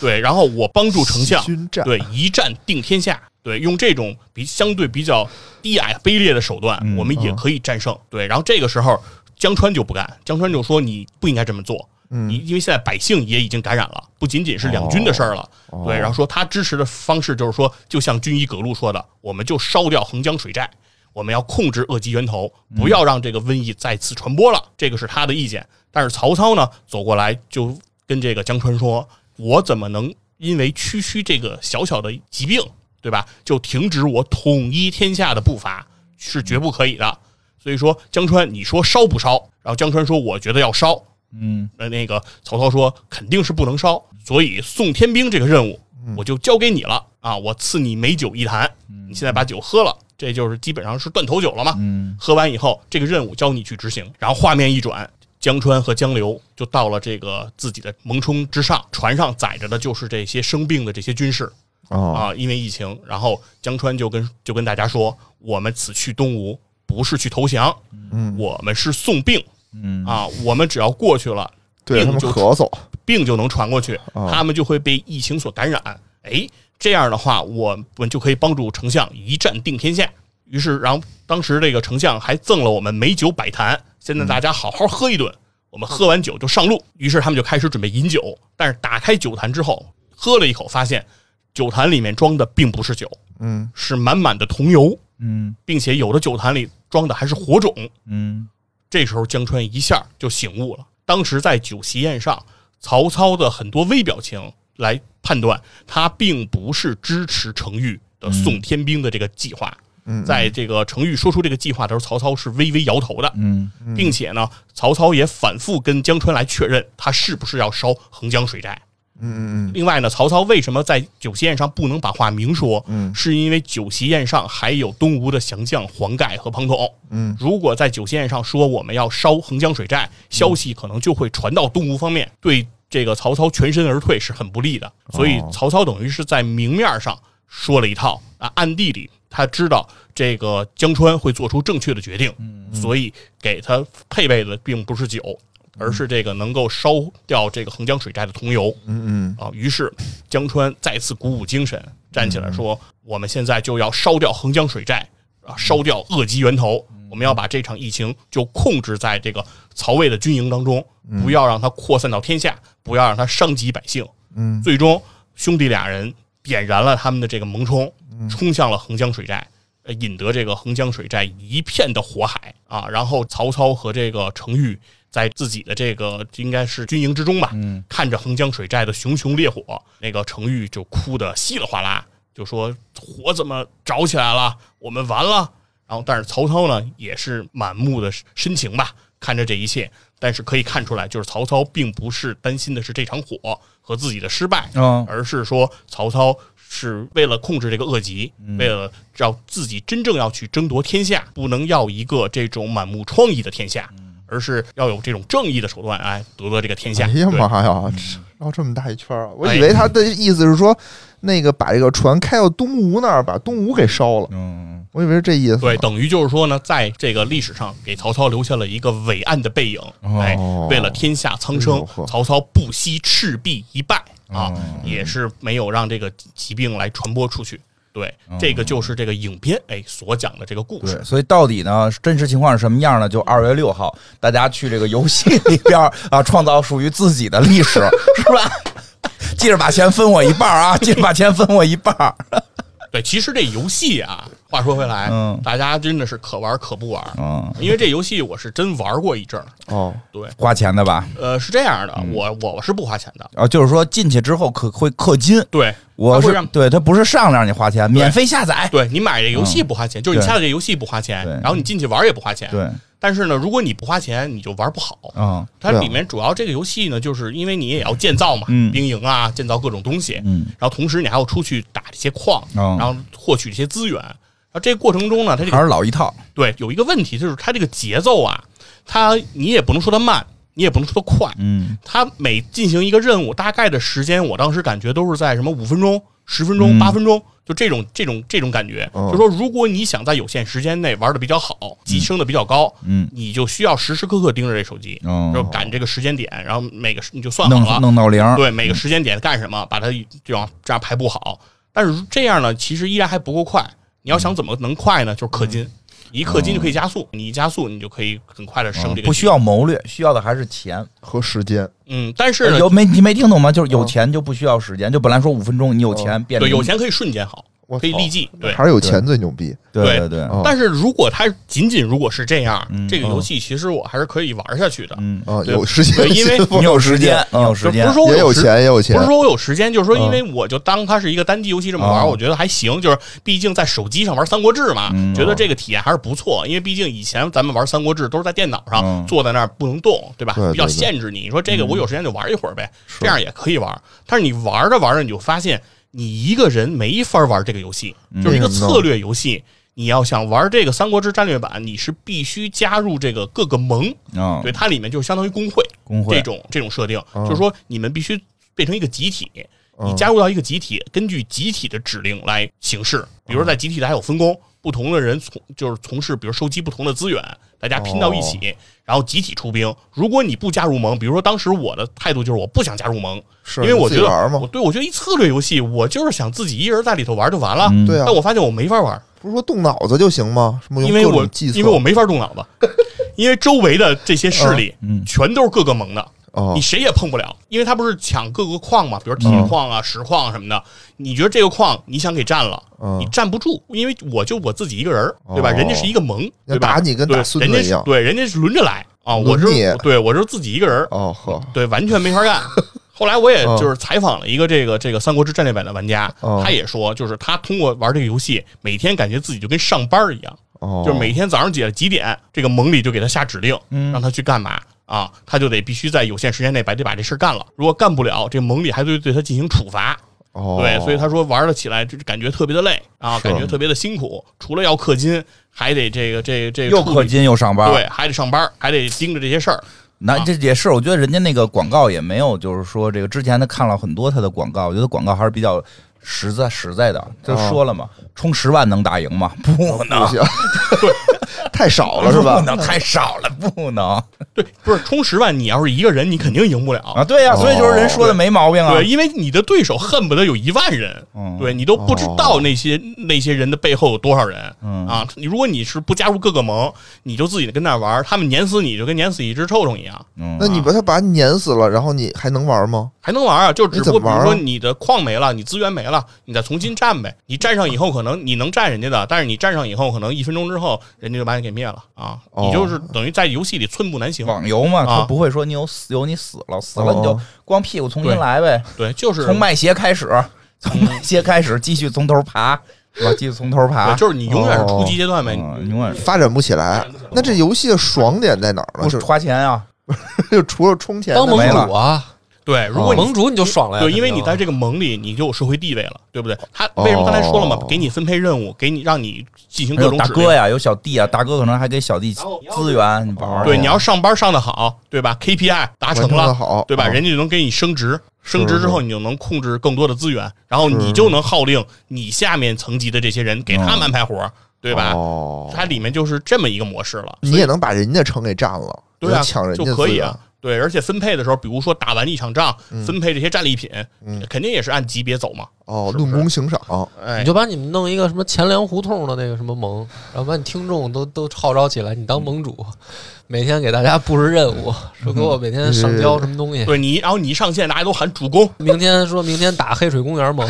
[SPEAKER 3] 对，然后我帮助丞相
[SPEAKER 4] 细菌战
[SPEAKER 3] 对一战定天下，对，用这种比相对比较低矮卑劣的手段，
[SPEAKER 4] 嗯
[SPEAKER 3] 我们也可以战胜。对，然后这个时候江川就不干，江川就说你不应该这么做。
[SPEAKER 4] 嗯
[SPEAKER 3] 你因为现在百姓也已经感染了，不仅仅是两军的事儿了，
[SPEAKER 4] 哦
[SPEAKER 3] 对。然后说他支持的方式就是说，就像军医葛路说的，我们就烧掉横江水寨，我们要控制恶疾源头，不要让这个瘟疫再次传播了。这个是他的意见。但是曹操呢，走过来就跟这个江川说：“我怎么能因为区区这个小小的疾病，对吧，就停止我统一天下的步伐，是绝不可以的。”所以说，江川，你说烧不烧？然后江川说：“我觉得要烧。”
[SPEAKER 1] 嗯
[SPEAKER 3] 呃，那个曹操说肯定是不能烧，所以送天兵这个任务我就交给你了啊！我赐你美酒一坛，你现在把酒喝了，这就是基本上是断头酒了嘛。
[SPEAKER 1] 嗯
[SPEAKER 3] 喝完以后，这个任务交你去执行。然后画面一转，江川和江流就到了这个自己的蒙冲之上，船上载着的就是这些生病的这些军士
[SPEAKER 4] 哦
[SPEAKER 3] 啊，因为疫情，然后江川就跟就跟大家说，我们此去东吴不是去投降，
[SPEAKER 4] 嗯
[SPEAKER 3] 我们是送病
[SPEAKER 1] 嗯
[SPEAKER 3] 啊，我们只要过去了。
[SPEAKER 4] 对他
[SPEAKER 3] 病
[SPEAKER 4] 们
[SPEAKER 3] 就
[SPEAKER 4] 咳嗽，
[SPEAKER 3] 病就能传过去，
[SPEAKER 4] 哦
[SPEAKER 3] 他们就会被疫情所感染。哎，这样的话，我们就可以帮助丞相一战定天下。于是，然后当时这个丞相还赠了我们美酒百坛，现在大家好好喝一顿。我们喝完酒就上路。于是他们就开始准备饮酒，但是打开酒坛之后，喝了一口，发现酒坛里面装的并不是酒，
[SPEAKER 4] 嗯
[SPEAKER 3] 是满满的桐油，
[SPEAKER 1] 嗯
[SPEAKER 3] 并且有的酒坛里装的还是火种。
[SPEAKER 1] 嗯
[SPEAKER 3] 这时候江川一下就醒悟了。当时在酒席宴上，曹操的很多微表情来判断，他并不是支持程昱的送天兵的这个计划。
[SPEAKER 4] 嗯，
[SPEAKER 3] 在这个程昱说出这个计划的时候，曹操是微微摇头的，
[SPEAKER 1] 嗯
[SPEAKER 3] 并且呢，曹操也反复跟江川来确认他是不是要烧横江水寨。
[SPEAKER 4] 嗯嗯嗯
[SPEAKER 3] 另外呢，曹操为什么在酒席宴上不能把话明说？
[SPEAKER 4] 嗯
[SPEAKER 3] 是因为酒席宴上还有东吴的降将黄盖和庞统。
[SPEAKER 4] 嗯
[SPEAKER 3] 如果在酒席宴上说我们要烧横江水寨，消息可能就会传到东吴方面，对这个曹操全身而退是很不利的。所以曹操等于是在明面上说了一套啊，暗地里他知道这个江川会做出正确的决定，所以给他配备的并不是酒，而是这个能够烧掉这个横江水寨的桐油。
[SPEAKER 4] 嗯
[SPEAKER 3] 啊，于是江川再次鼓舞精神，站起来说：“我们现在就要烧掉横江水寨，啊，烧掉恶疾源头，我们要把这场疫情就控制在这个曹魏的军营当中，不要让它扩散到天下，不要让它伤及百姓。”
[SPEAKER 4] 嗯，
[SPEAKER 3] 最终兄弟俩人点燃了他们的这个萌冲，冲向了横江水寨。呃引得这个横江水寨一片的火海啊！然后曹操和这个程昱在自己的这个应该是军营之中吧，
[SPEAKER 1] 嗯
[SPEAKER 3] 看着横江水寨的熊熊烈火，那个程昱就哭得稀里哗啦，就说火怎么着起来了？我们完了。然后，但是曹操呢，也是满目的深情吧，看着这一切。但是可以看出来，就是曹操并不是担心的是这场火和自己的失败，
[SPEAKER 1] 嗯
[SPEAKER 3] 而是说曹操是为了控制这个恶疾，
[SPEAKER 4] 嗯
[SPEAKER 3] 为了让自己真正要去争夺天下，不能要一个这种满目疮痍的天下，而是要有这种正义的手段，哎，夺得这个天下。
[SPEAKER 4] 嗯哎呀
[SPEAKER 3] 对嗯
[SPEAKER 4] 妈呀，这绕这么大一圈儿啊！我
[SPEAKER 3] 哎
[SPEAKER 4] 以为他的意思是说，那个把这个船开到东吴那儿，把东吴给烧了。
[SPEAKER 1] 嗯
[SPEAKER 4] 我以为是这意思。
[SPEAKER 3] 对，，等于就是说呢，在这个历史上给曹操留下了一个伟岸的背影。哎，为了天下苍
[SPEAKER 4] 哎
[SPEAKER 3] 生
[SPEAKER 4] 呦呵，
[SPEAKER 3] 曹操不惜赤壁一败啊
[SPEAKER 1] 哦，
[SPEAKER 3] 也是没有让这个疾病来传播出去。对，这个就是这个影片哎所讲的这个故
[SPEAKER 1] 对，
[SPEAKER 3] 事。
[SPEAKER 1] 所以到底呢，真实情况是什么样呢？就二月六号，大家去这个游戏里边儿啊，创造属于自己的历 史，是吧？记着把钱分我一半儿啊！记着把钱分我一半儿。
[SPEAKER 3] 对，其实这游戏啊，话说回来
[SPEAKER 1] 嗯，
[SPEAKER 3] 大家真的是可玩可不玩，
[SPEAKER 1] 嗯，
[SPEAKER 3] 因为这游戏我是真玩过一阵儿。
[SPEAKER 4] 哦，
[SPEAKER 3] 对，
[SPEAKER 1] 花钱的吧？
[SPEAKER 3] 呃，是这样的，我我是不花钱的。
[SPEAKER 1] 啊，就是说进去之后可会氪金，
[SPEAKER 3] 对，
[SPEAKER 1] 我
[SPEAKER 3] 它会
[SPEAKER 1] 是
[SPEAKER 3] 让
[SPEAKER 1] 对他不是上来让你花钱，免费下载。
[SPEAKER 3] 对你买这游戏不花钱，就是你下载这游戏不花钱
[SPEAKER 1] 哎对，
[SPEAKER 3] 然后你进去玩也不花钱。
[SPEAKER 1] 对，
[SPEAKER 3] 但是呢，如果你不花钱，你就玩不好。
[SPEAKER 1] 嗯
[SPEAKER 3] 它
[SPEAKER 4] 对啊
[SPEAKER 3] 里面主要这个游戏呢，就是因为你也要建造嘛，
[SPEAKER 1] 嗯
[SPEAKER 3] 兵营啊，建造各种东西，
[SPEAKER 1] 嗯
[SPEAKER 3] 然后同时你还要出去打这些矿，
[SPEAKER 1] 哦
[SPEAKER 3] 然后获取这些资源。然后这个过程中呢，它这
[SPEAKER 1] 还
[SPEAKER 3] 个
[SPEAKER 1] 是老一套。
[SPEAKER 3] 对有一个问题，就是它这个节奏啊，它你也不能说它慢，你也不能说它快，
[SPEAKER 1] 嗯
[SPEAKER 3] 它每进行一个任务，大概的时间，我当时感觉都是在什么五分钟、十分
[SPEAKER 1] 嗯
[SPEAKER 3] 钟、八分钟，就这种这种这种感觉。
[SPEAKER 4] 哦
[SPEAKER 3] 就说如果你想在有限时间内玩的比较好，提升的比较高，
[SPEAKER 1] 嗯，
[SPEAKER 3] 你就需要时时刻刻盯着这手机，
[SPEAKER 1] 哦
[SPEAKER 3] 就赶这个时间点，然后每个时你就算好了
[SPEAKER 1] 弄，弄嗯到零。
[SPEAKER 3] 对每个时间点干什么，把它这样这样排布好。但是这样呢，其实依然还不够快。你要想
[SPEAKER 1] 嗯
[SPEAKER 3] 怎么能快呢？就是氪金，一氪金就可以加速，你一加速你就可以很快的升
[SPEAKER 1] 嗯
[SPEAKER 3] 这个。
[SPEAKER 1] 哦不需要谋略，需要的还是钱。
[SPEAKER 4] 和时间，
[SPEAKER 3] 嗯，但是呢
[SPEAKER 1] 有没你没听懂吗？就是有钱就不需要时间，就本来说五分钟，你有钱变
[SPEAKER 3] 对
[SPEAKER 1] 成
[SPEAKER 3] 有钱可以瞬间好，
[SPEAKER 1] 哦
[SPEAKER 4] 我
[SPEAKER 3] 可以
[SPEAKER 4] 操
[SPEAKER 3] 立即对。
[SPEAKER 4] 还是有钱最牛逼。
[SPEAKER 1] 对
[SPEAKER 3] 对
[SPEAKER 1] 对对，
[SPEAKER 4] 哦
[SPEAKER 3] 但是如果它仅仅如果是这样，这个游戏其实我还是可以玩下去的。
[SPEAKER 1] 哦嗯，
[SPEAKER 4] 啊，
[SPEAKER 3] 对
[SPEAKER 4] 有时间，
[SPEAKER 3] 对因为
[SPEAKER 1] 你有时间，你有
[SPEAKER 3] 就
[SPEAKER 1] 时
[SPEAKER 3] 哦不
[SPEAKER 1] 间
[SPEAKER 3] 是，说我
[SPEAKER 4] 也有
[SPEAKER 3] 时
[SPEAKER 4] 钱，也有钱
[SPEAKER 3] 不是。说我有时间，就是说，
[SPEAKER 4] 嗯
[SPEAKER 3] 因为我就当它是一个单机游戏这么玩，
[SPEAKER 1] 哦
[SPEAKER 3] 我觉得还行。就是毕竟在手机上玩《三国志》嘛，觉得这个体验还是不错。因为毕竟以前咱们玩《三国志》都是在电脑上、
[SPEAKER 1] 嗯
[SPEAKER 3] 坐在那儿不能动，对吧？
[SPEAKER 4] 对对
[SPEAKER 3] 比较
[SPEAKER 4] 对
[SPEAKER 3] 限制你。你说这个我有时间就玩一会儿呗，这样也可以玩。但是你玩着玩着，你就发现你一个人没法玩这个游戏，就是一个
[SPEAKER 4] 为什么呢
[SPEAKER 3] 策略游戏。你要想玩这个《三国志战略版》，你是必须加入这个各个盟，
[SPEAKER 1] 嗯，
[SPEAKER 3] 对，它里面就相当于工会，
[SPEAKER 1] 工
[SPEAKER 3] 这
[SPEAKER 1] 会
[SPEAKER 3] 种这种设定，
[SPEAKER 4] 嗯
[SPEAKER 3] 就是说你们必须变成一个集体，你加入到一个集体，根据集体的指令来行事。比如说在
[SPEAKER 4] 嗯
[SPEAKER 3] 集体里还有分工，不同的人从就是从事，比如收集不同的资源，大家拼到一起，
[SPEAKER 4] 哦
[SPEAKER 3] 然后集体出兵。如果你不加入盟，比如说当时我的态度就是我不想加入盟，
[SPEAKER 4] 是
[SPEAKER 3] 因为我觉
[SPEAKER 4] 自己
[SPEAKER 3] 得
[SPEAKER 4] 玩嘛
[SPEAKER 3] 我对我觉得一策略游戏，我就是想自己一人在里头玩就完了。
[SPEAKER 1] 嗯
[SPEAKER 4] 对啊
[SPEAKER 3] 但，我发现我没法玩，
[SPEAKER 4] 不是说动脑子就行吗？什么用
[SPEAKER 3] 因为
[SPEAKER 4] 各
[SPEAKER 3] 我
[SPEAKER 4] 种计策？
[SPEAKER 3] 因为我没法动脑子，因为周围的这些势力
[SPEAKER 1] 嗯
[SPEAKER 3] 全都是各个盟的。
[SPEAKER 4] 哦嗯
[SPEAKER 3] 你，谁也碰不了，因为他不是抢各个矿嘛，比如体育矿啊、石矿什么的。你觉得这个矿你想给占了，
[SPEAKER 4] 嗯
[SPEAKER 3] 你站不住，因为我就我自己一个人儿，对吧？
[SPEAKER 4] 哦
[SPEAKER 3] 人家是一个盟，
[SPEAKER 4] 那
[SPEAKER 3] 对吧？
[SPEAKER 4] 打你跟打
[SPEAKER 3] 对
[SPEAKER 4] 孙子
[SPEAKER 3] 人家
[SPEAKER 4] 一样
[SPEAKER 3] 是对，人家是轮着来啊，我
[SPEAKER 4] 轮
[SPEAKER 3] 是
[SPEAKER 4] 你
[SPEAKER 3] 对我是自己一个人儿，
[SPEAKER 4] 哦呵，
[SPEAKER 3] 对，完全没法 干。后来我也
[SPEAKER 4] 嗯
[SPEAKER 3] 就是采访了一个这个这个《三国志战略版》的玩家，
[SPEAKER 4] 嗯
[SPEAKER 3] 他也说，就是他通过玩这个游戏，每天感觉自己就跟上班儿一样，
[SPEAKER 4] 哦，
[SPEAKER 3] 就是每天早上几几点，这个盟里就给他下指令，
[SPEAKER 1] 嗯
[SPEAKER 3] 让他去干嘛啊，他就得必须在有限时间内把这把这事儿干了。如果干不了，这盟里还会对他进行处罚。
[SPEAKER 4] 哦，
[SPEAKER 3] 对，所以他说玩了起来就是感觉特别的累啊，
[SPEAKER 4] 是
[SPEAKER 3] 感觉特别的辛苦，除了要氪金，还得这个这个这个
[SPEAKER 1] 又
[SPEAKER 3] 处
[SPEAKER 1] 氪
[SPEAKER 3] 理，
[SPEAKER 1] 金又上班，
[SPEAKER 3] 对，还得上班，还得盯着这些事儿。
[SPEAKER 1] 那这也是，我觉得人家那个广告也没有，就是说这个之前他看了很多他的广告，我觉得广告还是比较实在实在的，就说了嘛，充十万能打赢吗？不能
[SPEAKER 4] 不， 行，太少了是
[SPEAKER 1] 不
[SPEAKER 4] 吧？
[SPEAKER 1] 能太少了，不能
[SPEAKER 3] 对，不是充十万，你要是一个人，你肯定赢不了。
[SPEAKER 1] 啊，对呀、所以就是人说的没毛病啊，
[SPEAKER 3] 对，因为你的对手恨不得有一万人，
[SPEAKER 4] 哦
[SPEAKER 1] 嗯
[SPEAKER 3] 对你都不知道那些、那些人的背后有多少人、
[SPEAKER 4] 嗯
[SPEAKER 3] 啊！你如果你是不加入各个盟，你就自己跟那玩儿，他们碾死你就跟碾死一只臭虫一样，
[SPEAKER 1] 嗯
[SPEAKER 4] 那你把他把你碾死了，然后你还能玩吗？
[SPEAKER 3] 还能玩儿啊？就只
[SPEAKER 4] 你
[SPEAKER 3] 不
[SPEAKER 4] 怎
[SPEAKER 3] 过
[SPEAKER 4] 么
[SPEAKER 3] 比如
[SPEAKER 4] 玩
[SPEAKER 3] 说
[SPEAKER 4] 啊
[SPEAKER 3] 你的矿没了，你资源没了，你再重新占呗。你占上以后，可能你能占人家的，但是你占上以后，可能一分钟之后人家就把你给灭了啊！你
[SPEAKER 4] 哦
[SPEAKER 3] 就是等于在游戏里寸步难行。
[SPEAKER 1] 网游嘛，
[SPEAKER 3] 啊
[SPEAKER 1] 他不会说你有死有你死了，死了你就
[SPEAKER 4] 哦
[SPEAKER 1] 光屁股重新
[SPEAKER 3] 对
[SPEAKER 1] 来呗，
[SPEAKER 3] 对，就是嗯
[SPEAKER 1] 从卖鞋开始，从卖鞋开始，继续从头爬，是吧？继续从头爬
[SPEAKER 3] 对，就是你永远是
[SPEAKER 4] 哦
[SPEAKER 3] 初级阶段呗。
[SPEAKER 1] 嗯，永远是
[SPEAKER 4] 发展不起来。那这游戏的爽点在哪儿呢？
[SPEAKER 1] 不
[SPEAKER 4] 就是
[SPEAKER 1] 花钱啊，
[SPEAKER 4] 就 除了充钱的
[SPEAKER 2] 当盟
[SPEAKER 4] 没了
[SPEAKER 2] 主啊，
[SPEAKER 3] 对，
[SPEAKER 4] 哦
[SPEAKER 3] 如果你
[SPEAKER 2] 盟主你就爽了呀，
[SPEAKER 3] 对，因为
[SPEAKER 2] 肯
[SPEAKER 3] 你
[SPEAKER 2] 定
[SPEAKER 3] 在这个盟里，你就有社会地位了，对不对？他为什么刚才说了嘛
[SPEAKER 4] 哦？
[SPEAKER 3] 给你分配任务，给你让你进行
[SPEAKER 1] 还
[SPEAKER 3] 各
[SPEAKER 1] 有
[SPEAKER 3] 种
[SPEAKER 1] 大
[SPEAKER 3] 指
[SPEAKER 1] 哥
[SPEAKER 3] 令。
[SPEAKER 1] 呀，有小弟啊，大哥可能还给小弟资源，你玩玩。
[SPEAKER 4] 哎
[SPEAKER 3] 对，你要上班上的好，对吧？KPI 达
[SPEAKER 4] 完
[SPEAKER 3] 成
[SPEAKER 4] 成的
[SPEAKER 3] 了，
[SPEAKER 4] 好，
[SPEAKER 3] 对吧？
[SPEAKER 4] 哦
[SPEAKER 3] 人家就能给你升职，升职之后你就能控制更多的资源，然后你
[SPEAKER 4] 是
[SPEAKER 3] 就能号令你下面层级的这些人，给他们安排活儿，对吧？
[SPEAKER 4] 哦，
[SPEAKER 3] 它里面就是这么一个模式了。
[SPEAKER 4] 你也能把人家城给占了，
[SPEAKER 3] 对啊
[SPEAKER 4] 你抢人家
[SPEAKER 3] 就可
[SPEAKER 4] 资
[SPEAKER 3] 以
[SPEAKER 4] 源嗯
[SPEAKER 3] 啊。对，而且分配的时候，比如说打完一场仗，分配这些战利品，肯定也是按级别走嘛。
[SPEAKER 4] 哦，
[SPEAKER 3] 是不
[SPEAKER 4] 论
[SPEAKER 3] 是
[SPEAKER 4] 功行赏，
[SPEAKER 3] 哎
[SPEAKER 2] 你，就把你们弄一个什么钱粮胡同的那个什么盟，然后把你听众都都号召起来，你当盟主，每天给大家布置任务，说给我每天上交什么东西。
[SPEAKER 3] 对你，然后你一上线，大家都喊主公，
[SPEAKER 2] 明天说明天打黑水公园盟，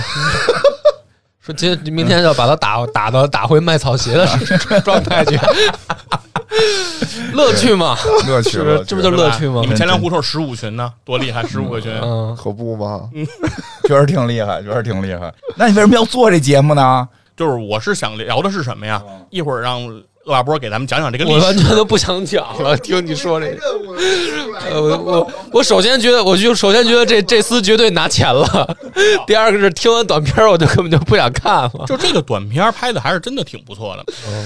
[SPEAKER 2] 说今明天要把他打打到打回卖草鞋的 状态去，乐趣嘛，
[SPEAKER 1] 乐趣
[SPEAKER 2] 是不是这不就
[SPEAKER 3] 对
[SPEAKER 2] 乐
[SPEAKER 3] 吧
[SPEAKER 2] 趣吗
[SPEAKER 3] 你？们前粮胡同十五群呢，多厉害，十五个群。
[SPEAKER 2] 嗯，
[SPEAKER 4] 可不吗？
[SPEAKER 1] 确实挺厉害，确实挺厉害。那你为什么要做这节目呢？
[SPEAKER 3] 就是我是想聊的是什么呀？一会儿让恶霸波给咱们讲讲这个历
[SPEAKER 2] 我完
[SPEAKER 3] 史。
[SPEAKER 2] 全都不想讲了， 听你说这个。呃，我我我首先觉得，我就首先觉得这这厮绝对拿钱 了。第二个是听完短片儿，我就根本就不想看了。
[SPEAKER 3] 就这个短片拍的还是真的挺不错的，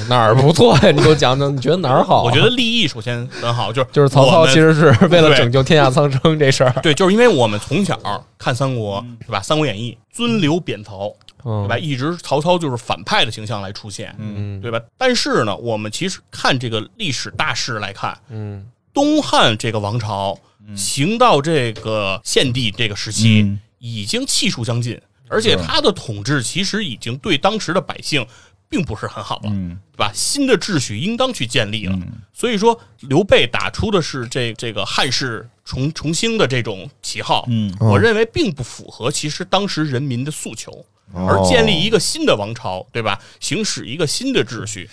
[SPEAKER 2] 哪儿不错呀？你给我讲讲，你觉得哪儿好？啊
[SPEAKER 3] 我觉得立意首先很好，就是
[SPEAKER 2] 就是曹
[SPEAKER 3] 我
[SPEAKER 2] 操
[SPEAKER 3] 们
[SPEAKER 2] 其实是为了拯救天下苍生这事儿。
[SPEAKER 3] 对，就是因为我们从小看三国是吧，《三国演义》尊刘贬曹，对
[SPEAKER 2] 嗯
[SPEAKER 3] 吧？一直曹操就是反派的形象来出现，
[SPEAKER 2] 嗯
[SPEAKER 3] 对吧？但是呢，我们其实看这个历史大势来看，
[SPEAKER 2] 嗯，
[SPEAKER 3] 东汉这个王朝行到这个献帝这个时期，
[SPEAKER 1] 嗯
[SPEAKER 3] 已经气数将近，而且他的统治其实已经对当时的百姓并不是很好了，
[SPEAKER 1] 嗯
[SPEAKER 3] 对吧？新的秩序应当去建立了。所以说，刘备打出的是这这个汉室重重兴的这种旗号，
[SPEAKER 1] 嗯
[SPEAKER 3] 我认为并不符合其实当时人民的诉求。
[SPEAKER 4] 哦
[SPEAKER 3] 而建立一个新的王朝，对吧？行使一个新的秩序，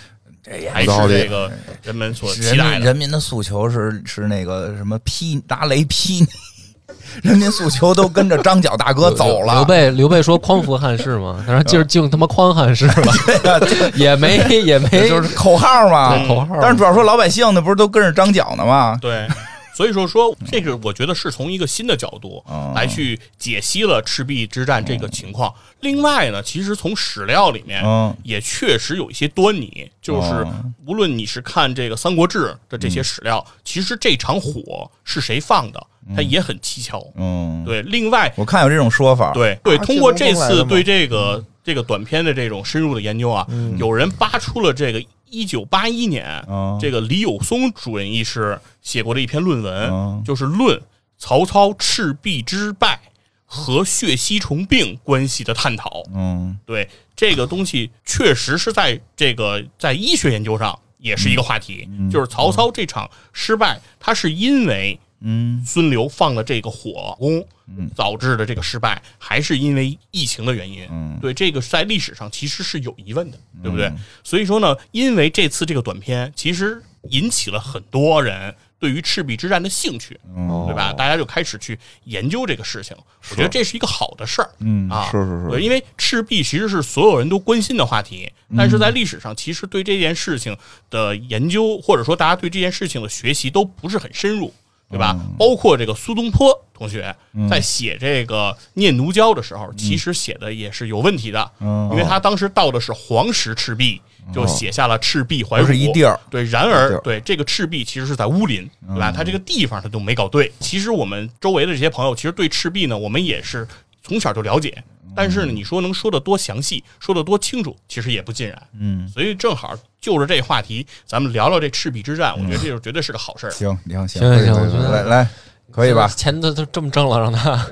[SPEAKER 3] 还是
[SPEAKER 4] 有道理
[SPEAKER 3] 这个人们所
[SPEAKER 1] 人
[SPEAKER 3] 期待
[SPEAKER 1] 民
[SPEAKER 3] 的。
[SPEAKER 1] 人民的诉求是是那个什么劈拿雷劈你， 人民诉求都跟着张角大哥走了。
[SPEAKER 2] 刘备刘备说匡扶汉室嘛，他说今儿敬他妈匡汉室吧，
[SPEAKER 1] 啊
[SPEAKER 2] 也没也没
[SPEAKER 1] 就是口号嘛，
[SPEAKER 2] 对口号
[SPEAKER 1] 但是主要说老百姓那不是都跟着张角呢吗？
[SPEAKER 3] 对，所以说说这个，我觉得是从一个新的角度
[SPEAKER 1] 嗯
[SPEAKER 3] 来去解析了赤壁之战这个情况。另外呢，其实从史料里面
[SPEAKER 1] 嗯
[SPEAKER 3] 也确实有一些端倪，就是
[SPEAKER 1] 嗯
[SPEAKER 3] 无论你是看这个《三国志》的这些史料，其实这场火是谁放的，它也很蹊跷。
[SPEAKER 1] 嗯，
[SPEAKER 3] 对，另外
[SPEAKER 1] 我看有这种说法。，
[SPEAKER 3] 对对，
[SPEAKER 4] 啊
[SPEAKER 3] 通过
[SPEAKER 4] 这
[SPEAKER 3] 这
[SPEAKER 4] 都弄来
[SPEAKER 3] 次
[SPEAKER 4] 了吗
[SPEAKER 3] 对这
[SPEAKER 1] 嗯
[SPEAKER 3] 个这个短片的这种深入的研究啊，有人扒出了这个一九八一年
[SPEAKER 1] 嗯
[SPEAKER 3] 这个李友松主任医师写过的一篇论
[SPEAKER 1] 嗯
[SPEAKER 3] 文，就是论曹操赤壁之败和血吸虫病关系的探讨。
[SPEAKER 1] 嗯
[SPEAKER 3] 对这个东西，确实是在这个在
[SPEAKER 1] 嗯
[SPEAKER 3] 医学研究上也是一个话题，就是曹操这场失败，他是因为
[SPEAKER 1] 嗯
[SPEAKER 3] 孙刘放的这个火攻
[SPEAKER 1] 嗯
[SPEAKER 3] 导致的这个失败，还是因为疫情的原因。
[SPEAKER 1] 嗯
[SPEAKER 3] 对这个在历史上其实是有疑问的，对不对？所以说呢，因为这次这个短片，其实引起了很多人对于赤壁之战的兴趣，
[SPEAKER 1] 嗯
[SPEAKER 2] 哦
[SPEAKER 3] 对吧？大家就开始去研究这个事情，我觉得这是一个好的事儿。
[SPEAKER 1] 嗯
[SPEAKER 3] 啊，
[SPEAKER 4] 是是是
[SPEAKER 3] 对因为赤壁其实是所有人都关心的话题，但是在历史上，其实对这件事情的研究，或者说大家对这件事情的学习都不是很深入，对吧？包括这个苏东坡同学在写这个《念奴娇》的时候，其实写的也是有问题的，
[SPEAKER 1] 嗯
[SPEAKER 3] 因为他当时到的是黄石赤壁，就写下了赤壁怀古，
[SPEAKER 1] 不哦是一地儿
[SPEAKER 3] 对，然
[SPEAKER 1] 一地
[SPEAKER 3] 而
[SPEAKER 1] 儿嗯
[SPEAKER 3] 对这个赤壁其实是在乌林，对吧？它这个地方它就没搞对。其实我们周围的这些朋友，其实对赤壁呢，我们也是从小就了解，
[SPEAKER 1] 嗯
[SPEAKER 3] 但是呢，你说能说的多详细，说的多清楚，其实也不尽然。
[SPEAKER 1] 嗯，
[SPEAKER 3] 所以正好就着这话题，咱们聊聊这赤壁之战，我
[SPEAKER 1] 嗯
[SPEAKER 3] 觉得这就绝对是个好事儿。
[SPEAKER 1] 行，你行
[SPEAKER 2] 行行行
[SPEAKER 1] 可以
[SPEAKER 2] 我觉得
[SPEAKER 1] 来来，可以吧？
[SPEAKER 2] 钱都都这么挣了，让他，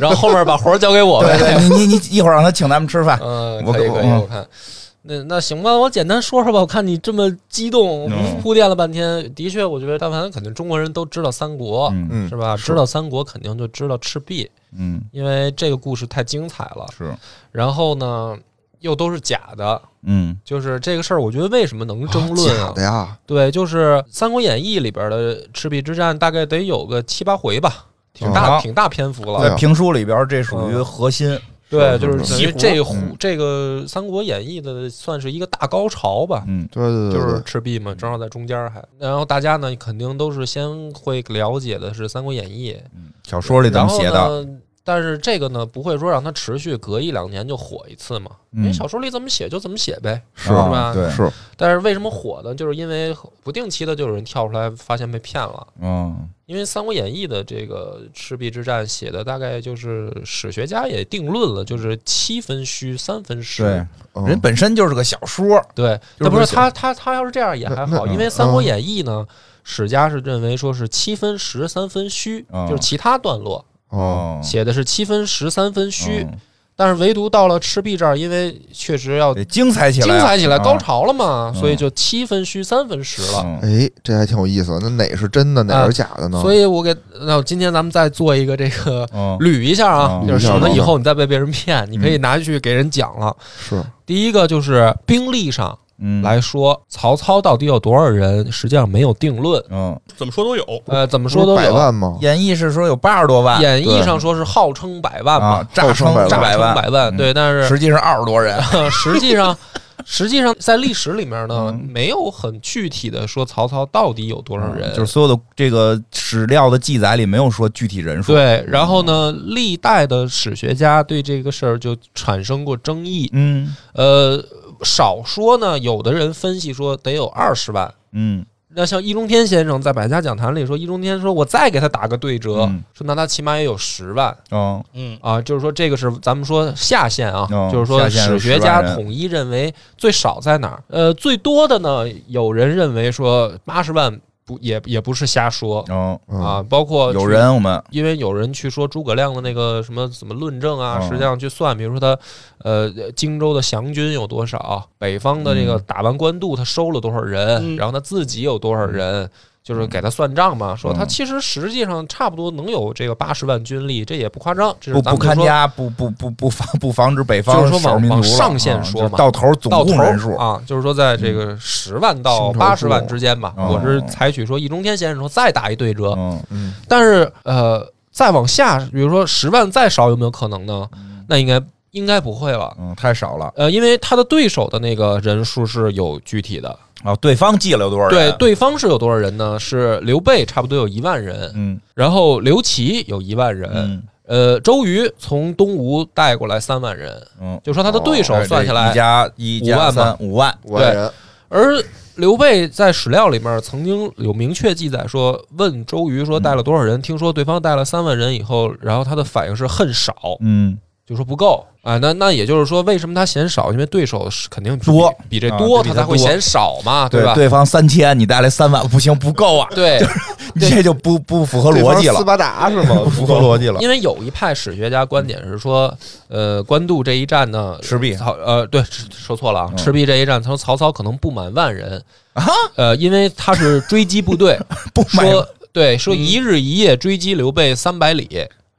[SPEAKER 2] 然后后面把活儿交给我
[SPEAKER 1] 对
[SPEAKER 2] 呗。
[SPEAKER 1] 对，你你你一会儿让他请咱们吃饭，
[SPEAKER 2] 嗯，
[SPEAKER 1] 我
[SPEAKER 2] 可以
[SPEAKER 1] 我
[SPEAKER 2] 可以，
[SPEAKER 1] 嗯
[SPEAKER 2] 我看。那那行吧，我简单说说吧。我看你这么激动，我
[SPEAKER 1] 嗯
[SPEAKER 2] 们铺垫了半天。的确，我觉得但凡肯定中国人都知道三国，
[SPEAKER 1] 嗯
[SPEAKER 4] 嗯
[SPEAKER 2] 是吧？知道三国肯定就知道赤壁，
[SPEAKER 1] 嗯，
[SPEAKER 2] 因为这个故事太精彩了。
[SPEAKER 1] 是，
[SPEAKER 2] 然后呢，又都是假的，
[SPEAKER 1] 嗯
[SPEAKER 2] 就是这个事儿，我觉得为什么能争论
[SPEAKER 4] 假
[SPEAKER 2] 啊？
[SPEAKER 4] 的呀，
[SPEAKER 2] 对，就是《三国演义》里边的赤壁之战，大概得有个七八回吧，挺大、
[SPEAKER 1] 啊
[SPEAKER 2] 挺大篇幅了。
[SPEAKER 1] 在评书里边，这属
[SPEAKER 2] 嗯
[SPEAKER 1] 于核心，
[SPEAKER 2] 对，
[SPEAKER 4] 是
[SPEAKER 2] 就是是等于
[SPEAKER 3] 是
[SPEAKER 2] 这个
[SPEAKER 4] 嗯
[SPEAKER 2] 这个《三国演义》的算是一个大高潮吧。
[SPEAKER 1] 嗯
[SPEAKER 4] 对对对
[SPEAKER 2] 就
[SPEAKER 4] 对
[SPEAKER 2] 是赤壁嘛，正好在中间儿还，然后大家呢肯定都是先会了解的是《三国演义》，
[SPEAKER 1] 嗯，小说里怎么写
[SPEAKER 2] 然
[SPEAKER 1] 的？
[SPEAKER 2] 后呢？但是这个呢，不会说让它持续隔一两年就火一次嘛，因为
[SPEAKER 1] 嗯
[SPEAKER 2] 小说里怎么写就怎么写呗。
[SPEAKER 4] 是
[SPEAKER 1] 啊
[SPEAKER 2] 是吧
[SPEAKER 1] 对，
[SPEAKER 4] 是
[SPEAKER 2] 但是为什么火呢？就是因为不定期的就有人跳出来发现被骗了。
[SPEAKER 1] 嗯
[SPEAKER 2] 因为《三国演义》的这个赤壁之战写的大概就是史学家也定论了，就是七分虚，三分
[SPEAKER 1] 对
[SPEAKER 2] 实。，
[SPEAKER 4] 嗯
[SPEAKER 1] 人本身就是个小说，
[SPEAKER 2] 对，
[SPEAKER 1] 就是
[SPEAKER 2] 那不是
[SPEAKER 1] 写嗯
[SPEAKER 2] 他他他要是这样也
[SPEAKER 4] 那
[SPEAKER 2] 还
[SPEAKER 4] 那
[SPEAKER 2] 好，因为《三国演义》呢，史家是认为说是七分实，三分虚，
[SPEAKER 1] 嗯
[SPEAKER 2] 就是其他段落
[SPEAKER 4] 哦，
[SPEAKER 2] 写的是七分实，三分虚，
[SPEAKER 1] 嗯
[SPEAKER 2] 但是唯独到了赤壁这儿，因为确实要
[SPEAKER 1] 得精彩起来
[SPEAKER 2] 哦精
[SPEAKER 1] 啊，
[SPEAKER 2] 彩起来，
[SPEAKER 1] 啊
[SPEAKER 2] 高潮了嘛，所以
[SPEAKER 1] 嗯
[SPEAKER 2] 就七分虚，三分实了。
[SPEAKER 1] 嗯
[SPEAKER 4] 哎，这还挺有意思的。那哪是真的，哪是假的呢？
[SPEAKER 2] 所以我给那今天咱们再做一个这个
[SPEAKER 1] 嗯，
[SPEAKER 2] 捋一下啊，
[SPEAKER 1] 嗯
[SPEAKER 2] 就是
[SPEAKER 4] 捋一下嗯
[SPEAKER 2] 省得
[SPEAKER 4] 捋一
[SPEAKER 2] 以
[SPEAKER 4] 下
[SPEAKER 2] 后你再被别人骗，你可以拿去给人讲了。
[SPEAKER 4] 是
[SPEAKER 2] 第一个就是兵力上
[SPEAKER 1] 嗯，
[SPEAKER 2] 来说，曹操到底有多少人，实际上没有定论。
[SPEAKER 1] 嗯，
[SPEAKER 3] 怎么说都有，
[SPEAKER 2] 呃，怎么
[SPEAKER 4] 不
[SPEAKER 2] 说
[SPEAKER 4] 是
[SPEAKER 2] 都
[SPEAKER 4] 百
[SPEAKER 2] 有。
[SPEAKER 4] 万吗？
[SPEAKER 1] 演义是说有八十多万，
[SPEAKER 2] 演义
[SPEAKER 4] 对
[SPEAKER 2] 上说是号称百万
[SPEAKER 1] 啊
[SPEAKER 2] 嘛，，
[SPEAKER 1] 炸成
[SPEAKER 4] 号称
[SPEAKER 1] 炸
[SPEAKER 2] 百
[SPEAKER 1] 万，嗯
[SPEAKER 2] 百万，
[SPEAKER 4] 嗯
[SPEAKER 2] 对，但是
[SPEAKER 1] 实际上二十多人，
[SPEAKER 2] 实 际上，实际上在历史里面呢，
[SPEAKER 1] 嗯
[SPEAKER 2] 没有很具体的说曹操到底有多少
[SPEAKER 4] 嗯
[SPEAKER 2] 人，
[SPEAKER 1] 就是所有的这个史料的记载里没有说具体人数，，
[SPEAKER 2] 对。然后呢，历代的史学家对这个事儿就产生过争议。
[SPEAKER 1] 嗯
[SPEAKER 2] 呃，少说呢，有的人分析说得有二十万。
[SPEAKER 1] 嗯
[SPEAKER 2] 那像易中天先生在百家讲坛里说，易中天说我再给他打个对折，
[SPEAKER 1] 嗯
[SPEAKER 2] 说那他起码也有十万
[SPEAKER 1] 哦，
[SPEAKER 3] 嗯，
[SPEAKER 2] 啊，就是说这个是咱们说下限啊，
[SPEAKER 1] 哦
[SPEAKER 2] 就是说
[SPEAKER 1] 下限
[SPEAKER 2] 史
[SPEAKER 1] 是
[SPEAKER 2] 学
[SPEAKER 1] 10万
[SPEAKER 2] 家
[SPEAKER 1] 人
[SPEAKER 2] 统一认为最少在哪儿？呃，最多的呢，有人认为说八十万不也也不是瞎说
[SPEAKER 1] 哦，
[SPEAKER 4] 嗯
[SPEAKER 2] 啊，包括
[SPEAKER 1] 有
[SPEAKER 2] 去
[SPEAKER 1] 人我们
[SPEAKER 2] 因为有人去说诸葛亮的那个什么怎么论证啊，
[SPEAKER 1] 嗯
[SPEAKER 2] 实际上去算，比如说他，呃，荆州的降军有多少，北方的这个
[SPEAKER 1] 嗯
[SPEAKER 2] 打完官渡他收了多少人，
[SPEAKER 3] 嗯
[SPEAKER 2] 然后他自己有多少人，就是给他算账嘛，说他
[SPEAKER 1] 嗯
[SPEAKER 2] 其实实际上差不多能有这个八十万军力，这也不夸张，这是
[SPEAKER 1] 不
[SPEAKER 2] 咱
[SPEAKER 1] 不
[SPEAKER 2] 们就
[SPEAKER 1] 堪
[SPEAKER 2] 说
[SPEAKER 1] 加，不不不不防不防止北方
[SPEAKER 2] 就是说往
[SPEAKER 1] 少数民
[SPEAKER 2] 往
[SPEAKER 1] 族了
[SPEAKER 2] 上线
[SPEAKER 1] 啊
[SPEAKER 2] 说
[SPEAKER 1] 就是
[SPEAKER 2] 嘛
[SPEAKER 1] 到头总
[SPEAKER 2] 到头
[SPEAKER 1] 共
[SPEAKER 2] 儿
[SPEAKER 1] 人数，
[SPEAKER 2] 啊，就是说在这个十万到
[SPEAKER 4] 嗯
[SPEAKER 2] 八十万之间吧，
[SPEAKER 1] 嗯
[SPEAKER 2] 我是采取说易中天先生说再打一对折，
[SPEAKER 1] 嗯
[SPEAKER 4] 嗯，
[SPEAKER 2] 但是呃，再往下，比如说十万再少有没有可能呢？那应该应该不会了。
[SPEAKER 1] 嗯，太少了
[SPEAKER 2] 呃，因为他的对手的那个人数是有具体的，
[SPEAKER 1] 啊，对方记了有多少
[SPEAKER 2] 对
[SPEAKER 1] 人？，
[SPEAKER 2] 对方是有多少人呢？是刘备差不多有一万人，
[SPEAKER 1] 嗯
[SPEAKER 2] 然后刘琦有一万人，
[SPEAKER 1] 嗯
[SPEAKER 2] 呃，周瑜从东吴带过来三万人，
[SPEAKER 1] 嗯，
[SPEAKER 2] 就说他的对手
[SPEAKER 1] 对
[SPEAKER 2] 算
[SPEAKER 1] 这
[SPEAKER 2] 下
[SPEAKER 1] 一
[SPEAKER 2] 来，
[SPEAKER 1] 加一
[SPEAKER 2] 五
[SPEAKER 1] 加
[SPEAKER 2] 万
[SPEAKER 1] 三
[SPEAKER 2] 吧
[SPEAKER 1] 五万，
[SPEAKER 4] 五万人，
[SPEAKER 2] 而刘备在史料里面曾经有明确记载说，问周瑜说带了多少人，听说对方带了三万人以后，然后他的反应是恨少，
[SPEAKER 1] 嗯，
[SPEAKER 2] 就说不够啊、那那也就是说，为什么他嫌少？因为对手是肯定是比
[SPEAKER 1] 多
[SPEAKER 2] 比这
[SPEAKER 1] 啊
[SPEAKER 2] 多，
[SPEAKER 1] 比
[SPEAKER 2] 他
[SPEAKER 1] 他
[SPEAKER 2] 才会
[SPEAKER 1] 多
[SPEAKER 2] 嫌少嘛，
[SPEAKER 1] 对
[SPEAKER 2] 吧？
[SPEAKER 1] 对方三千，你带来三万，不行，不够啊，
[SPEAKER 2] 对，
[SPEAKER 1] 你这就不不符合
[SPEAKER 4] 对方
[SPEAKER 1] 逻辑
[SPEAKER 4] 斯
[SPEAKER 1] 了，
[SPEAKER 4] 巴 达是吗？
[SPEAKER 1] 不符合逻辑了，
[SPEAKER 2] 因为有一派史学家观点是说，呃，官渡这一战呢，
[SPEAKER 1] 赤壁
[SPEAKER 2] 曹呃对说错了啊，
[SPEAKER 1] 嗯
[SPEAKER 2] 赤壁这一战，他说 曹操可能不满万人啊，呃，因为他是追击部队，
[SPEAKER 1] 不买
[SPEAKER 2] 说对，说
[SPEAKER 1] 嗯
[SPEAKER 2] 一日一夜追击刘备三百里，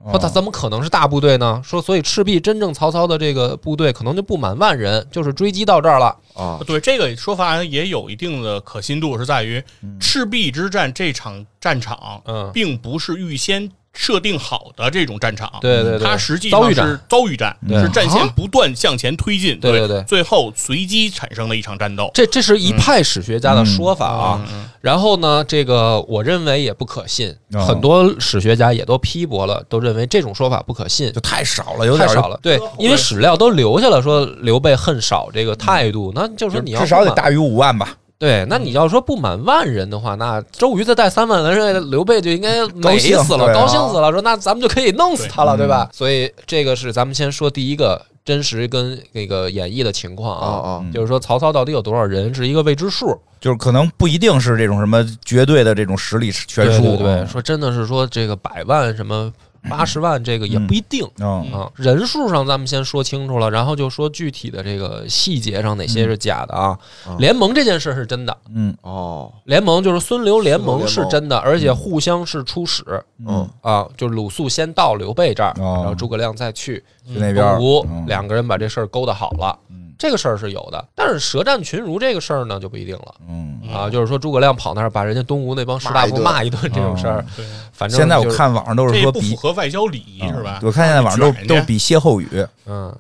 [SPEAKER 1] 哦
[SPEAKER 2] 说他怎么可能是大部队呢？说所以赤壁真正曹操的这个部队可能就不满万人，就是追击到这儿了。
[SPEAKER 4] 啊，
[SPEAKER 3] 对这个说法也有一定的可信度，是在于
[SPEAKER 1] 嗯
[SPEAKER 3] 赤壁之战这场战场，
[SPEAKER 2] 嗯
[SPEAKER 3] 并不是预先设定好的这种战场，
[SPEAKER 2] 对
[SPEAKER 1] 嗯
[SPEAKER 2] 对对，
[SPEAKER 3] 它实际
[SPEAKER 2] 遭
[SPEAKER 3] 上
[SPEAKER 2] 遇
[SPEAKER 3] 是
[SPEAKER 2] 战，
[SPEAKER 3] 遭遇战，
[SPEAKER 1] 对
[SPEAKER 3] 是战线
[SPEAKER 1] 啊
[SPEAKER 3] 不断向前推进，
[SPEAKER 2] 对
[SPEAKER 3] 对
[SPEAKER 2] 对对
[SPEAKER 3] 最后随机产生的一场战斗。嗯
[SPEAKER 2] 这这是
[SPEAKER 1] 嗯
[SPEAKER 2] 一派史学家的说法啊。然后呢，这个我认为也不可信，
[SPEAKER 1] 哦
[SPEAKER 2] 很多史学家也都批驳了，都认为这种说法不可信
[SPEAKER 1] 就。太少了，有
[SPEAKER 2] 太
[SPEAKER 1] 点
[SPEAKER 2] 少了，对，因为史料都留下了说刘备恨少这个态度，那就是说你要
[SPEAKER 1] 至少
[SPEAKER 2] 不
[SPEAKER 1] 得
[SPEAKER 2] 满
[SPEAKER 1] 大于五万吧，
[SPEAKER 2] 对，那你要说不满万人的话，那周瑜再带三万人，刘备就应该美死
[SPEAKER 1] 高兴对啊嗯
[SPEAKER 2] 了，高兴死了，说那咱们就可以弄死他了，对吧？所以这个是咱们先说第一个真实跟那个演绎的情况
[SPEAKER 4] 啊
[SPEAKER 2] 啊，
[SPEAKER 4] 啊，
[SPEAKER 2] 就是说曹操到底有多少人是一个未知数，
[SPEAKER 1] 嗯就是可能不一定是这种什么绝对的这种实力啊悬殊，
[SPEAKER 2] 对对对，说真的是说这个百万什么八十万这个也不一定。
[SPEAKER 1] 嗯，
[SPEAKER 2] 啊，人数上咱们先说清楚了，然后就说具体的这个细节上哪些是假的啊。
[SPEAKER 4] 嗯啊
[SPEAKER 2] 联盟这件事是真的，
[SPEAKER 1] 嗯
[SPEAKER 4] 哦，
[SPEAKER 2] 联盟就是孙刘联
[SPEAKER 4] 孙刘
[SPEAKER 2] 盟
[SPEAKER 4] 联盟
[SPEAKER 2] 是真的，而且互相是出使，
[SPEAKER 1] 嗯，
[SPEAKER 2] 啊，就是鲁肃先到刘备这儿，
[SPEAKER 1] 哦
[SPEAKER 2] 然后诸葛亮再去
[SPEAKER 1] 去那边
[SPEAKER 2] 东
[SPEAKER 1] 儿
[SPEAKER 2] 吴，
[SPEAKER 1] 嗯
[SPEAKER 2] 两个人把这事儿勾搭好了，
[SPEAKER 1] 嗯
[SPEAKER 2] 这个事儿是有的。但是舌战群儒这个事儿呢就不一定了
[SPEAKER 1] 嗯，
[SPEAKER 3] 嗯
[SPEAKER 2] 啊，就是说诸葛亮跑那儿把人家东吴那帮士大夫骂
[SPEAKER 4] 骂
[SPEAKER 2] 一顿这种事儿，
[SPEAKER 3] 对，
[SPEAKER 2] 反正
[SPEAKER 1] 现在我
[SPEAKER 2] 就是
[SPEAKER 1] 看网上都
[SPEAKER 3] 这
[SPEAKER 1] 是
[SPEAKER 3] 也
[SPEAKER 1] 说
[SPEAKER 3] 不符
[SPEAKER 1] 比，
[SPEAKER 3] 合外交礼仪，
[SPEAKER 2] 啊
[SPEAKER 1] 嗯
[SPEAKER 3] 是吧？
[SPEAKER 1] 我看现在网上
[SPEAKER 3] 卷
[SPEAKER 1] 都
[SPEAKER 3] 人
[SPEAKER 1] 都
[SPEAKER 3] 家
[SPEAKER 1] 比歇后语，
[SPEAKER 2] 嗯，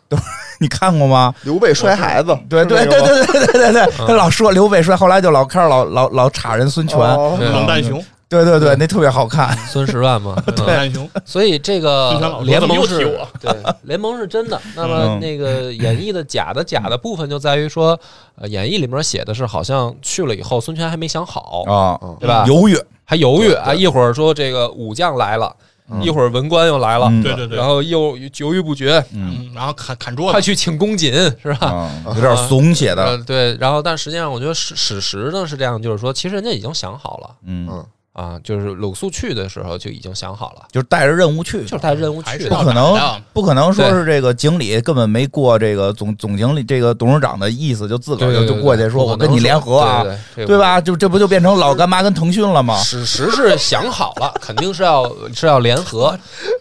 [SPEAKER 1] 你看过吗？
[SPEAKER 4] 刘备摔孩子，
[SPEAKER 1] 对对对对对对对对，他老说刘备帅，后来就老开始老老老插人孙权，
[SPEAKER 4] 哦，
[SPEAKER 2] 对啊
[SPEAKER 3] 冷淡熊，
[SPEAKER 1] 对对对，那特别好看。
[SPEAKER 2] 孙十万 嘛，嗯
[SPEAKER 3] 冷淡熊，
[SPEAKER 2] 所以这
[SPEAKER 3] 孙权老说
[SPEAKER 2] 个联盟
[SPEAKER 3] 怎么
[SPEAKER 2] 是
[SPEAKER 3] 又提我
[SPEAKER 2] 对联盟是真的。那么
[SPEAKER 1] 嗯
[SPEAKER 2] 那个演绎的假的假的部分就在于说，呃，演义里面写的是好像去了以后孙权还没想好，
[SPEAKER 1] 啊，
[SPEAKER 2] 对吧？
[SPEAKER 1] 犹豫，
[SPEAKER 2] 还犹豫啊，一会儿说这个武将来了，一会儿文官又来了，
[SPEAKER 1] 嗯
[SPEAKER 3] 对对对
[SPEAKER 2] 然，后又犹豫不决，
[SPEAKER 1] 嗯
[SPEAKER 3] 嗯然后砍砍桌
[SPEAKER 2] 快
[SPEAKER 3] 子，
[SPEAKER 2] 去请公瑾是吧？嗯
[SPEAKER 1] 啊，有点怂写
[SPEAKER 2] 呃，
[SPEAKER 1] 的，
[SPEAKER 2] 对，然后但实际上我觉得史史实呢是这样，就是说其实人家已经想好了
[SPEAKER 1] 嗯，
[SPEAKER 2] 啊，就是鲁肃去的时候就已经想好了，
[SPEAKER 1] 就是带着任务去
[SPEAKER 2] 就，是带任务
[SPEAKER 3] 还
[SPEAKER 2] 去
[SPEAKER 3] 是
[SPEAKER 2] 的
[SPEAKER 1] 不
[SPEAKER 3] 要
[SPEAKER 1] 可能
[SPEAKER 3] 打的
[SPEAKER 1] 不可能说是这个经理根本没过这个总总经理这个董事长的意思，就自个儿
[SPEAKER 2] 对
[SPEAKER 1] 就
[SPEAKER 2] 对对
[SPEAKER 1] 就过去说
[SPEAKER 2] 不
[SPEAKER 1] 我
[SPEAKER 2] 可能
[SPEAKER 1] 跟你联合啊，
[SPEAKER 2] 对对对
[SPEAKER 1] 对？吧？就这不就变成老干妈跟腾讯了吗？
[SPEAKER 2] 史实是想好了，肯定是要是要联合，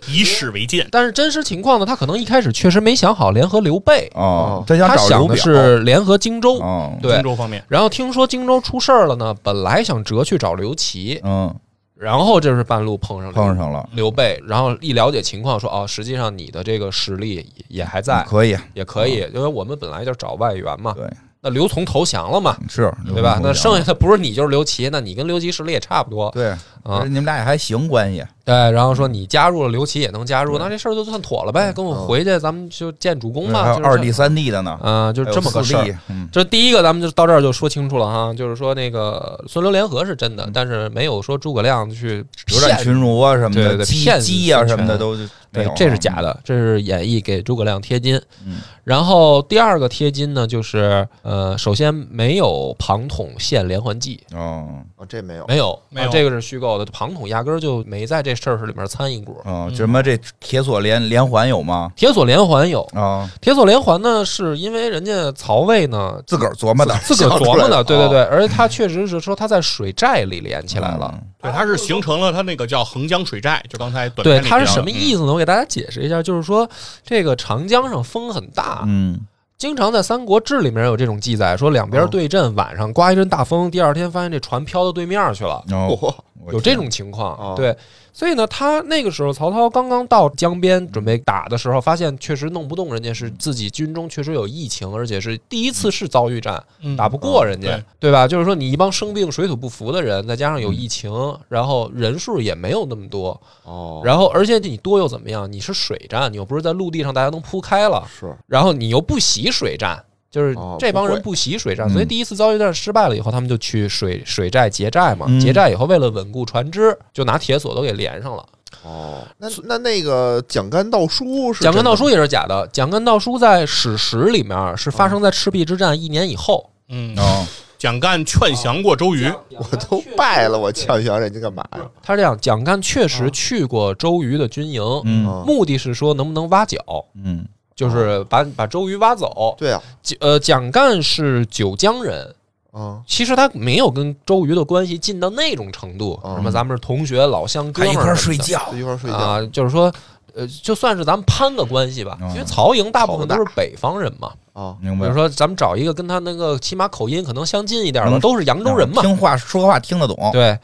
[SPEAKER 3] 以史为鉴，
[SPEAKER 2] 但是真实情况呢，他可能一开始确实没想好联合刘备，
[SPEAKER 1] 哦
[SPEAKER 4] 哦，
[SPEAKER 1] 他想
[SPEAKER 2] 他
[SPEAKER 1] 找
[SPEAKER 2] 想
[SPEAKER 1] 刘
[SPEAKER 2] 的
[SPEAKER 1] 表，
[SPEAKER 2] 是联合荆州，
[SPEAKER 1] 哦，
[SPEAKER 2] 对
[SPEAKER 3] 荆，州方面，
[SPEAKER 2] 然后听说荆州出事儿了呢，本来想折去找刘琦，
[SPEAKER 1] 嗯，
[SPEAKER 2] 然后这是半路碰上刘
[SPEAKER 1] 碰上了，
[SPEAKER 2] 刘备，然后一了解情况说哦，实际上你的这个实力也还在，
[SPEAKER 1] 可以，
[SPEAKER 2] 也可以，因为我们本来就找外援嘛。
[SPEAKER 1] 嗯对，嗯
[SPEAKER 2] 那刘琮投降了嘛，
[SPEAKER 1] 是，
[SPEAKER 2] 对吧？那剩下的不是你就是刘琦，那你跟刘琦实力也差不多
[SPEAKER 1] 对，
[SPEAKER 2] 啊
[SPEAKER 1] 而且。你们俩也还行关系，
[SPEAKER 2] 对，然后说你加入了刘琦也能加入，那这事儿就算妥了呗。跟我回去，咱们就见主
[SPEAKER 1] 嗯还
[SPEAKER 2] 公吧。
[SPEAKER 1] 有
[SPEAKER 2] 就是
[SPEAKER 1] 二
[SPEAKER 2] 这
[SPEAKER 1] D、三 D 的呢，
[SPEAKER 2] 啊，就是这么个事儿
[SPEAKER 1] 还有。四 D，嗯，
[SPEAKER 2] 这第一个，咱们就到这儿就说清楚了哈，就是说那个孙刘联合是真
[SPEAKER 1] 嗯
[SPEAKER 2] 的，但是没有说诸葛亮去
[SPEAKER 1] 有点
[SPEAKER 2] 骗
[SPEAKER 1] 群儒啊什么
[SPEAKER 2] 对
[SPEAKER 1] 的，
[SPEAKER 2] 对
[SPEAKER 1] 鸡
[SPEAKER 2] 骗
[SPEAKER 1] 鸡啊
[SPEAKER 2] 孙
[SPEAKER 1] 什么的
[SPEAKER 2] 权
[SPEAKER 1] 都没
[SPEAKER 2] 对
[SPEAKER 1] 有，啊
[SPEAKER 2] 这是假的，这是演绎给诸葛亮贴金。
[SPEAKER 1] 嗯
[SPEAKER 2] 然后第二个贴金呢，就是呃，首先没有庞统献连环计，
[SPEAKER 1] 哦，
[SPEAKER 4] 哦这没有，
[SPEAKER 2] 没有，
[SPEAKER 3] 没有
[SPEAKER 2] 啊这个是虚构的，庞统压根儿就没在这事儿里面参与过。
[SPEAKER 1] 哦，
[SPEAKER 3] 嗯
[SPEAKER 1] 什么这铁锁连连环有吗？
[SPEAKER 2] 铁索连环有，
[SPEAKER 1] 啊，
[SPEAKER 2] 铁索连环呢，是因为人家曹魏呢
[SPEAKER 1] 自个儿琢磨的，哦
[SPEAKER 2] 自个儿
[SPEAKER 1] 想
[SPEAKER 2] 琢磨
[SPEAKER 1] 出来
[SPEAKER 2] 的，对对对，而且他确实是说他在水寨里连起来
[SPEAKER 1] 嗯
[SPEAKER 2] 了。，
[SPEAKER 3] 对，它是形成了它那个叫横江水寨，就刚才短
[SPEAKER 2] 对，
[SPEAKER 3] 片里
[SPEAKER 2] 它是
[SPEAKER 3] 聊
[SPEAKER 2] 什
[SPEAKER 3] 的
[SPEAKER 1] 嗯
[SPEAKER 2] 么意思呢？我给大家解释一下，就是说这个长江上风很大，
[SPEAKER 1] 嗯
[SPEAKER 2] 经常在《三国志》里面有这种记载，说两边对阵，晚上刮一阵大风，第二天发现这船飘到对面去了，
[SPEAKER 1] 嗯，哦，
[SPEAKER 4] 嚯
[SPEAKER 1] 我
[SPEAKER 2] 有
[SPEAKER 1] 天
[SPEAKER 2] 这种情况。
[SPEAKER 4] 哦
[SPEAKER 2] 对，所以呢，他那个时候曹操刚刚到江边准备打的时候，发现确实弄不动人家，是自己军中确实有疫情，而且是第一次是遭遇战，
[SPEAKER 3] 嗯
[SPEAKER 2] 打不过人家
[SPEAKER 3] 对，
[SPEAKER 2] 对吧？就是说你一帮生病、水土不服的人，再加上有疫情，然后人数也没有那么多，
[SPEAKER 4] 哦，
[SPEAKER 2] 然后而且你多又怎么样？你是水战，你又不是在陆地上大家能铺开了。
[SPEAKER 4] 是
[SPEAKER 2] 然后你又不习水战，就是
[SPEAKER 4] 哦
[SPEAKER 2] 这帮人
[SPEAKER 4] 不
[SPEAKER 2] 不习水战，
[SPEAKER 1] 嗯
[SPEAKER 2] 所以第一次遭遇战失败了以后，他们就去水水寨结寨嘛。
[SPEAKER 1] 嗯
[SPEAKER 2] 结寨以后，为了稳固船只，就拿铁索都给连上了。
[SPEAKER 4] 哦，那那那个蒋干盗书是
[SPEAKER 2] 蒋干
[SPEAKER 4] 真的
[SPEAKER 2] 盗书也是假的，蒋干盗书在史实里面是发生在赤壁之战一年以后。
[SPEAKER 3] 嗯，
[SPEAKER 1] 哦，
[SPEAKER 3] 蒋干劝降过周
[SPEAKER 2] 哦
[SPEAKER 3] 瑜，
[SPEAKER 4] 我都败了，我呛降人家干嘛呀？
[SPEAKER 2] 他是这样，蒋干确实去过周瑜的军营，
[SPEAKER 1] 嗯
[SPEAKER 4] 嗯，
[SPEAKER 2] 目的是说能不能挖角，
[SPEAKER 1] 嗯
[SPEAKER 2] 就是把把周瑜挖走。
[SPEAKER 4] 哦对啊，
[SPEAKER 2] 呃，蒋干是九江人，
[SPEAKER 4] 啊
[SPEAKER 2] 其实他没有跟周瑜的关系近到那种程度，
[SPEAKER 4] 嗯
[SPEAKER 2] 什么咱们是同学、老乡、哥
[SPEAKER 1] 还
[SPEAKER 2] 们
[SPEAKER 1] 一
[SPEAKER 2] 儿
[SPEAKER 1] 块儿
[SPEAKER 2] 什么
[SPEAKER 1] 睡
[SPEAKER 2] 的
[SPEAKER 1] 觉
[SPEAKER 4] 就，一块儿睡觉，
[SPEAKER 2] 啊，就是说，呃，就算是咱们攀个关系吧，
[SPEAKER 1] 嗯
[SPEAKER 2] 因为曹营大部分都是北方人嘛，
[SPEAKER 4] 啊
[SPEAKER 1] 明
[SPEAKER 2] 比
[SPEAKER 1] 白
[SPEAKER 2] 如？说咱们找一个跟他那个起码口音可能相近一点的，
[SPEAKER 1] 能
[SPEAKER 2] 都是扬州人嘛，
[SPEAKER 1] 嗯听话说话听得懂，
[SPEAKER 2] 对，